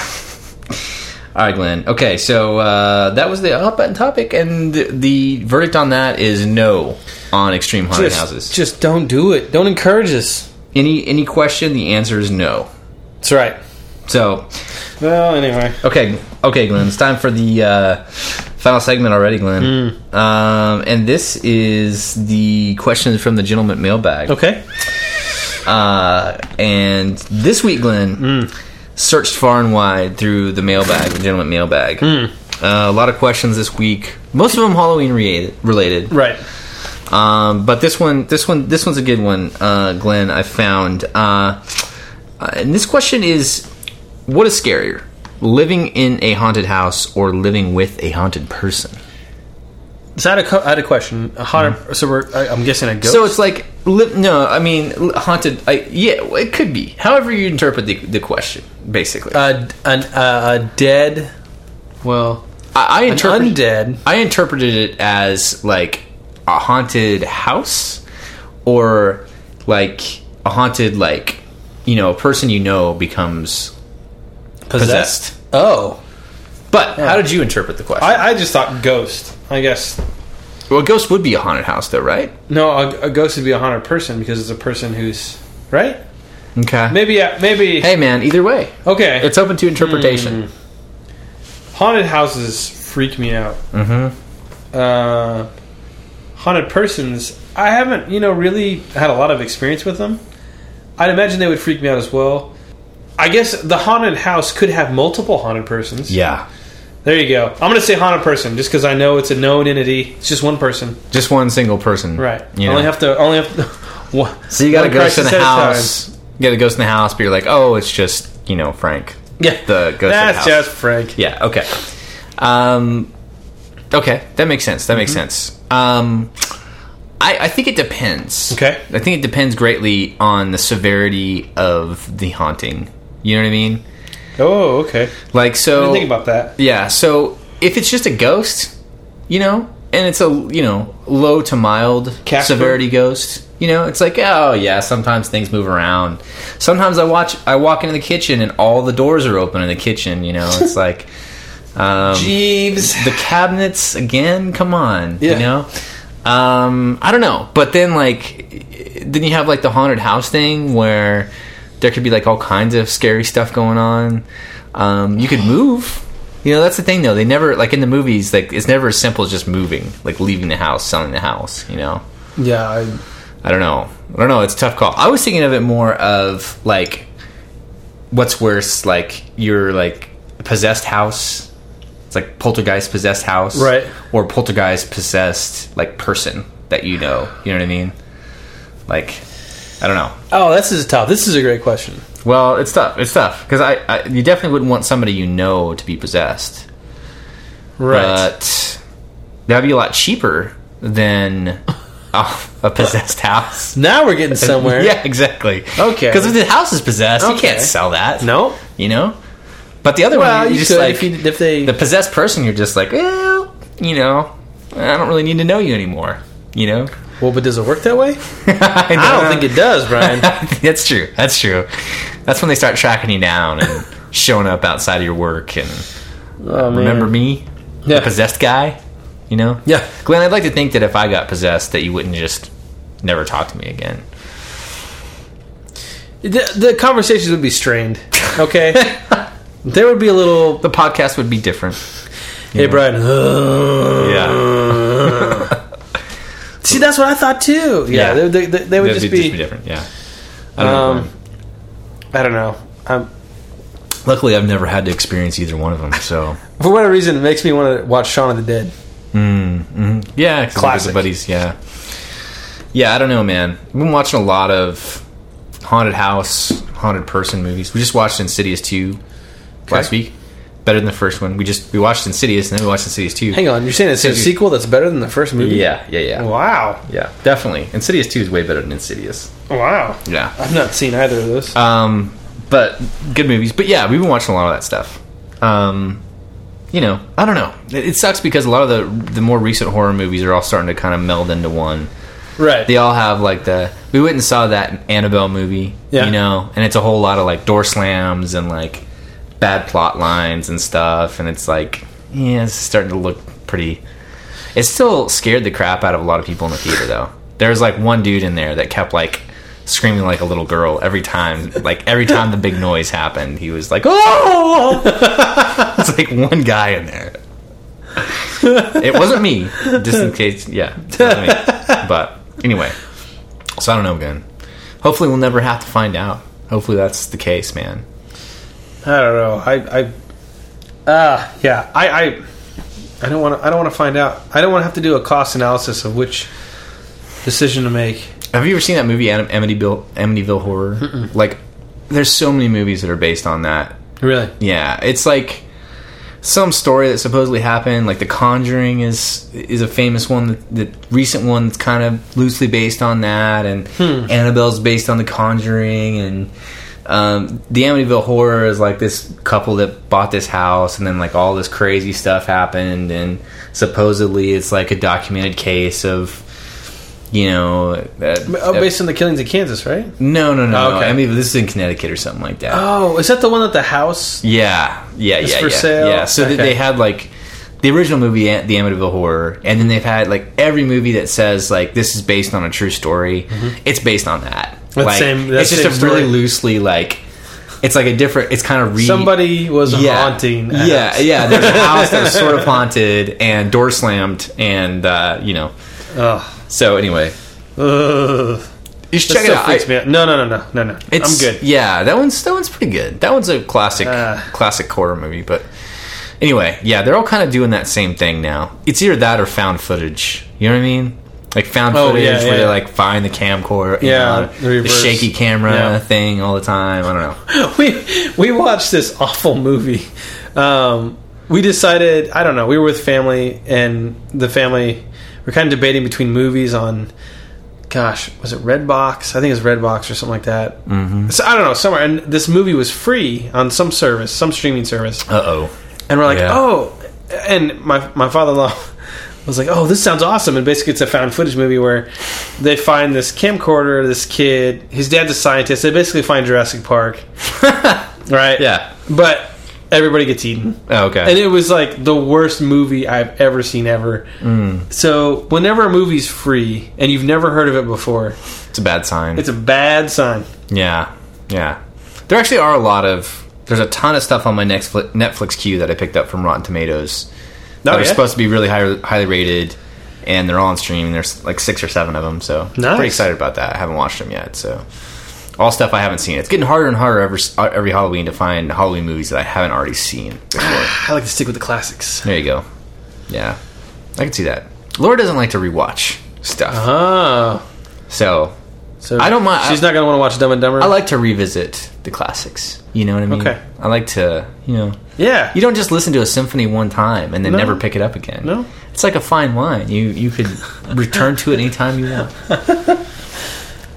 S1: All right, Glenn. Okay, so uh, that was the hot button topic, and the, the verdict on that is no on extreme haunted houses.
S2: Just, just don't do it. Don't encourage us.
S1: any any question, the answer is no.
S2: That's right.
S1: So,
S2: Well, anyway.
S1: okay, okay, Glenn. It's time for the uh, final segment already, Glenn. Um, and this is the question from the gentleman mailbag.
S2: Okay.
S1: Uh, and this week, Glenn searched far and wide through the mailbag, the gentleman mailbag. Uh, a lot of questions this week. Most of them Halloween re- related.
S2: Right.
S1: Um, but this one, this one, this one's a good one, uh, Glenn. I found. Uh, and this question is, what is scarier, living in a haunted house or living with a haunted person?
S2: So I had a, co- I had a question. A haunted, So we're, I, I'm guessing a ghost.
S1: So it's like, li- no, I mean, l- haunted. I, yeah, well, it could be. However, you interpret the, the question, basically.
S2: a, an, uh, a dead, well,
S1: I, I
S2: an
S1: interpret.
S2: undead.
S1: I interpreted it as like a haunted house or like a haunted like you know a person you know becomes possessed.
S2: Oh.
S1: But how did you interpret the question?
S2: I, I just thought ghost. I guess.
S1: well, a ghost would be a haunted house though, right?
S2: No, a, a ghost would be a haunted person because it's a person who's. Right?
S1: Okay.
S2: Maybe, Hmm. uh, maybe.
S1: Hey man, either way,
S2: okay.
S1: it's open to interpretation.
S2: haunted houses freak me out. Mm-hmm. Uh, haunted persons, I haven't, you know, really had a lot of experience with them. I'd imagine they would freak me out as well. I guess the haunted house could have multiple haunted persons.
S1: Yeah.
S2: There you go. I'm going to say haunted person just because I know it's a known entity. It's just one person.
S1: Just one single person.
S2: Right.
S1: You
S2: I only
S1: know?
S2: have to. I only have to. one,
S1: so you got a
S2: one
S1: ghost in
S2: crisis
S1: the
S2: at a time.
S1: house. You got a ghost in the house, but you're like, oh, it's just, you know, Frank.
S2: Yeah.
S1: The ghost in the
S2: That's
S1: house.
S2: just Frank.
S1: Yeah. Okay. Um, okay, that makes sense. That makes
S2: Mm-hmm.
S1: sense. Um, I, I think it depends.
S2: Okay.
S1: I think it depends greatly on the severity of the haunting. You know what I mean?
S2: Oh, okay.
S1: Like so.
S2: I didn't think about that.
S1: Yeah. So if it's just a ghost, you know, and it's a you know low to mild
S2: Casper?
S1: severity ghost, you know, it's like oh yeah, sometimes things move around. Sometimes I watch, I walk into the kitchen and all the doors are open in the kitchen. You know, it's like. Um,
S2: Jeeves.
S1: the cabinets again come on
S2: Yeah.
S1: you know um i don't know but then like then you have like the haunted house thing where There could be like all kinds of scary stuff going on. Um, you could move. You know, that's the thing though. They never like in the movies. Like it's never as simple as just moving, like leaving the house, selling the house. You know.
S2: Yeah, I,
S1: I don't know. I don't know. It's a tough call. I was thinking of it more of like, what's worse, like your like possessed house. It's like poltergeist possessed house,
S2: Right.
S1: Or poltergeist possessed like person that you know. You know what I mean? Like, I don't know.
S2: oh, this is tough. This is a great question.
S1: Well, it's tough. It's tough because I, I you definitely wouldn't want somebody you know to be possessed,
S2: Right.
S1: Uh, but that'd be a lot cheaper than a, a possessed house.
S2: now we're getting somewhere.
S1: Yeah, exactly.
S2: Okay.
S1: Because if the house is possessed, you
S2: Okay.
S1: can't sell that.
S2: No.
S1: You know? But the other
S2: Well,
S1: one, you
S2: you
S1: just
S2: could
S1: like,
S2: if, you, if they.
S1: the possessed person, you're just like, well, you know, I don't really need to know you anymore. You know?
S2: well, but does it work that way?
S1: I,
S2: I don't think it does, Brian.
S1: That's true. That's true. That's when they start tracking you down and showing up outside of your work and
S2: Oh, man.
S1: remember me?
S2: Yeah.
S1: The possessed guy? You know?
S2: Yeah.
S1: Glenn, I'd like to think that if I got possessed, that you wouldn't just never talk to me again.
S2: The, the conversations would be strained. Okay. there would be a little.
S1: The podcast would be different.
S2: Hey, Brian.
S1: Yeah.
S2: See, that's what I thought too.
S1: Yeah.
S2: Yeah, They, they, they- they would
S1: That'd
S2: just
S1: be,
S2: be.
S1: different. Yeah. I don't
S2: um,
S1: know.
S2: I don't know. Um, i
S1: Luckily, I've never had to experience either one of them. So
S2: for whatever reason, it makes me want to watch Shaun of the Dead.
S1: yeah, classic
S2: Classic.
S1: buddies. Yeah. Yeah, I don't know, man. We've been watching a lot of haunted house, haunted person movies. We just watched Insidious two last week. Better than the first one. We just we watched Insidious and then we watched Insidious two.
S2: Hang on, you're saying it's a
S1: Did you-
S2: sequel that's better than the first movie?
S1: Yeah, yeah, yeah,
S2: Wow.
S1: yeah. Definitely, Insidious two is way better than Insidious.
S2: Wow.
S1: Yeah.
S2: I've not seen either of those.
S1: Um, but good movies. But yeah, we've been watching a lot of that stuff. Um, you know, I don't know. It, it sucks because a lot of the the more recent horror movies are all starting to kind of meld into one.
S2: right.
S1: They all have like the we went and saw that Annabelle movie,
S2: Yeah.
S1: you know, and it's a whole lot of like door slams and like bad plot lines and stuff, and it's like yeah, it's starting to look pretty. It still scared the crap out of a lot of people in the theater though. There was like one dude in there that kept like screaming like a little girl every time like every time the big noise happened he was like oh it's like one guy in there it wasn't me just in case yeah it wasn't me. but anyway so i don't know again hopefully we'll never have to find out hopefully that's the case man
S2: I don't know. I, I, uh, yeah. I, I, I don't want to. I don't want to find out. I don't want to have to do a cost analysis of which decision to make.
S1: Have you ever seen that movie Am- Amityville Amityville Horror? Like, there's so many movies that are based on that.
S2: Really?
S1: Yeah, it's like some story that supposedly happened. Like The Conjuring is is a famous one. The, the recent one that's kind of loosely based on that, and
S2: Hmm.
S1: Annabelle's based on The Conjuring, and um, the Amityville Horror is like this couple that bought this house, and then like all this crazy stuff happened, and supposedly it's like a documented case of. You know, uh,
S2: Oh, based on the killings in Kansas, right?
S1: no, no, no.
S2: Oh,
S1: no.
S2: okay.
S1: I mean, this is in Connecticut or something like that.
S2: Oh, is that the one at the house?
S1: yeah, yeah, yeah,
S2: for
S1: yeah.
S2: sale?
S1: Yeah. So that
S2: Okay.
S1: they had like the original movie, An- The Amityville Horror, and then they've had like every movie that says like this is based on a true story. It's based on that.
S2: Mm-hmm. That
S1: like,
S2: same- that
S1: it's just
S2: same
S1: a
S2: story.
S1: really loosely like. It's like a different. It's kind of re-
S2: Somebody was haunting. at
S1: Yeah,
S2: us.
S1: yeah. There's a house that was sort of haunted and door slammed, and uh, you know.
S2: Ugh.
S1: So anyway,
S2: Ugh.
S1: you should
S2: That
S1: check it
S2: still
S1: out. I-
S2: freaks me out. No, no, no, no, no, no. I'm good.
S1: Yeah, that one's that one's pretty good. That one's a classic
S2: Ah.
S1: classic horror movie, but anyway, yeah, they're all kind of doing that same thing now. It's either that or found footage. You know what I mean? Like found
S2: Oh,
S1: footage
S2: yeah,
S1: where they
S2: yeah.
S1: like find the camcorder, you
S2: Yeah,
S1: know,
S2: the
S1: the,
S2: reverse.
S1: shaky camera
S2: Yeah.
S1: thing all the time. I don't know.
S2: we we watched this awful movie. Um, we decided I don't know. We were with family, and the family we're kind of debating between movies on. Gosh, was it Redbox? I think it's Redbox or something like that. Mm-hmm. So I don't know somewhere. And this movie was free on some service, some streaming service.
S1: Uh oh.
S2: And we're like,
S1: Yeah.
S2: oh, and my my father in law was like, oh, this sounds awesome. And basically, it's a found footage movie where they find this camcorder, this kid. His dad's a scientist. They basically find Jurassic Park, right?
S1: Yeah.
S2: But everybody gets eaten,
S1: Oh, okay.
S2: and it was like the worst movie I've ever seen ever.
S1: Mm.
S2: So whenever a movie's free and you've never heard of it before,
S1: it's a bad sign.
S2: it's a bad sign.
S1: yeah. Yeah. There actually are a lot of. There's a ton of stuff on my next Netflix queue that I picked up from Rotten Tomatoes that
S2: Oh,
S1: are
S2: yeah?
S1: supposed to be really high, highly rated, and they're all on stream. And there's like six or seven of them, so
S2: Nice.
S1: pretty excited about that. I haven't watched them yet, so all stuff I haven't seen. It's getting harder and harder every uh, every Halloween to find Halloween movies that I haven't already seen. before.
S2: I like to stick with the classics.
S1: there you go. Yeah, I can see that. Laura doesn't like to rewatch stuff,
S2: Ah,
S1: so
S2: so
S1: Oh. I don't mind-
S2: She's not gonna want to watch Dumb and Dumber.
S1: I like to revisit the classics. You know what I mean?
S2: Okay.
S1: I like to, you know,
S2: Yeah,
S1: you don't just listen to a symphony one time and then
S2: No.
S1: never pick it up again.
S2: No.
S1: It's like a fine wine. You you could return to it anytime you want.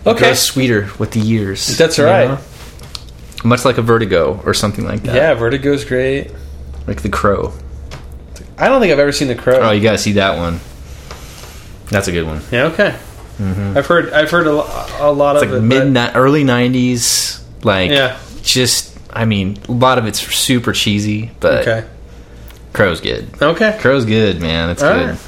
S1: It
S2: okay.
S1: grows sweeter with the years.
S2: That's
S1: you
S2: right.
S1: know? Much like a vertigo or something like that.
S2: Yeah, Vertigo's great.
S1: Like the crow.
S2: I don't think I've ever seen The Crow.
S1: Oh, you gotta see that one. That's a good one.
S2: Yeah, okay. I've heard I've heard a, lo- a
S1: Mm-hmm.
S2: lot
S1: It's
S2: of
S1: like
S2: it.
S1: mid early nineties. Like
S2: Yeah.
S1: just I mean, a lot of it's super cheesy,
S2: but-
S1: but
S2: Okay.
S1: crow's good.
S2: Okay.
S1: Crow's good, man. That's
S2: All
S1: good.
S2: right.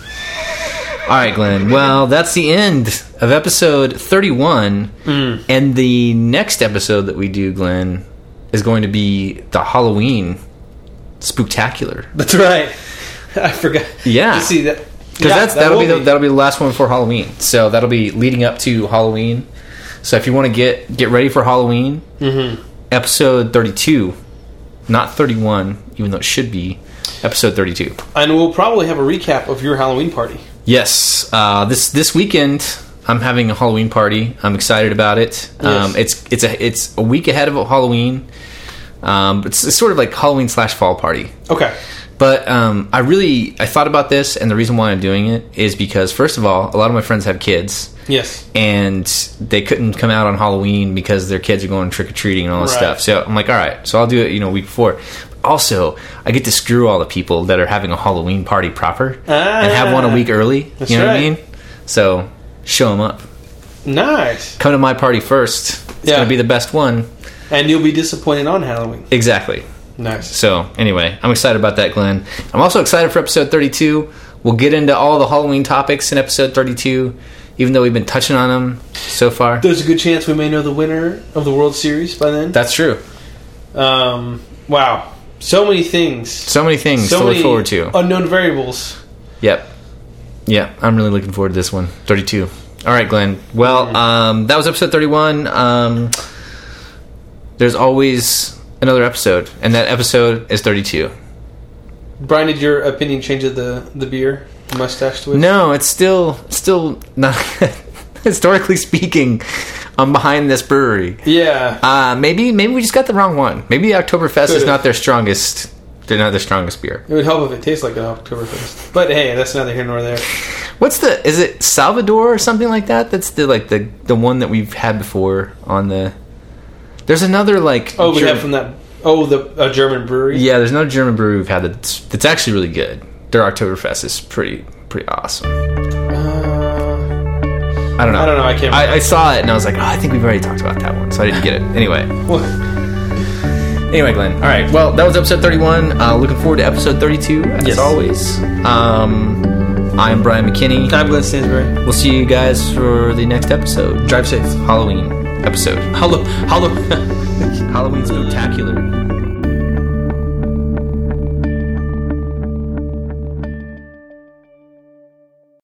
S1: All right, Glenn. Well, that's the end of episode 31. And the next episode that we do, Glenn, is going to be the Halloween spooktacular.
S2: That's right. I forgot.
S1: Yeah.
S2: You see that?
S1: Because
S2: Yeah,
S1: that's
S2: that
S1: that will
S2: will
S1: be, the,
S2: be.
S1: that'll be the last one before Halloween. So that'll be leading up to Halloween. So if you want to get get ready for Halloween, episode 32, not 31, even though it should be episode 32.
S2: And we'll probably have a recap of your Halloween party.
S1: Yes, uh, this this weekend I'm having a Halloween party. I'm excited about it. Um, it's it's a it's a week ahead of Halloween. Um, it's, it's sort of like Halloween slash fall party.
S2: Okay.
S1: But um, I really I thought about this, and the reason why I'm doing it is because first of all, a lot of my friends have kids,
S2: Yes.
S1: and they couldn't come out on Halloween because their kids are going trick or treating and all this
S2: Right.
S1: stuff. So I'm like, all right, so I'll do it, you know, week before. Also, I get to screw all the people that are having a Halloween party proper and have one a week early.
S2: Ah, That's
S1: you know what I
S2: right.
S1: mean? So show them up.
S2: Nice.
S1: Come to my party first. It's
S2: Yeah.
S1: gonna be the best one.
S2: And you'll be disappointed on Halloween.
S1: Exactly.
S2: Nice.
S1: So anyway, I'm excited about that, Glenn. I'm also excited for episode 32. We'll get into all the Halloween topics in episode 32, even though we've been touching on them so far.
S2: There's a good chance we may know the winner of the World Series by then.
S1: That's true.
S2: Um, wow. So many things.
S1: So many things
S2: So
S1: to
S2: many Oh.
S1: look forward to.
S2: unknown variables.
S1: Yep. Yeah, I'm really looking forward to this one. 32. All right, Glenn.
S2: Mm-hmm.
S1: Well, um, that was episode 31. Um, there's always another episode, and that episode is 32.
S2: Brian, did your opinion change of the, the beer? Mustache twist?
S1: No, it's still still not historically speaking. I'm behind this brewery.
S2: Yeah.
S1: Uh, maybe maybe we just got the wrong one. Maybe Oktoberfest is
S2: Could've.
S1: not their strongest. They're not their strongest beer.
S2: It would help if it tastes like an Oktoberfest. But hey, that's neither here nor there.
S1: What's the? Is it Salvador or something like that? That's the like the the one that we've had before on the. There's another like
S2: Oh, we
S1: German-
S2: have from that. Oh, the uh, German brewery.
S1: yeah. There's another German brewery we've had that's that's actually really good. Their Oktoberfest is pretty pretty awesome.
S2: Uh,
S1: I don't know.
S2: I don't know, I can't
S1: I, I saw it and I was like, oh, I think we've already talked about that one, so I didn't get it. Anyway.
S2: well,
S1: Anyway, Glenn. All right. Well, that was episode 31. Uh, looking forward to episode 32, as
S2: Yes.
S1: always. Um, I'm Brian McKinney.
S2: I'm Glenn Stansbury.
S1: We'll see you guys for the next episode.
S2: Drive safe.
S1: Halloween episode.
S2: Hello. Hello.
S1: Halloween spectacular.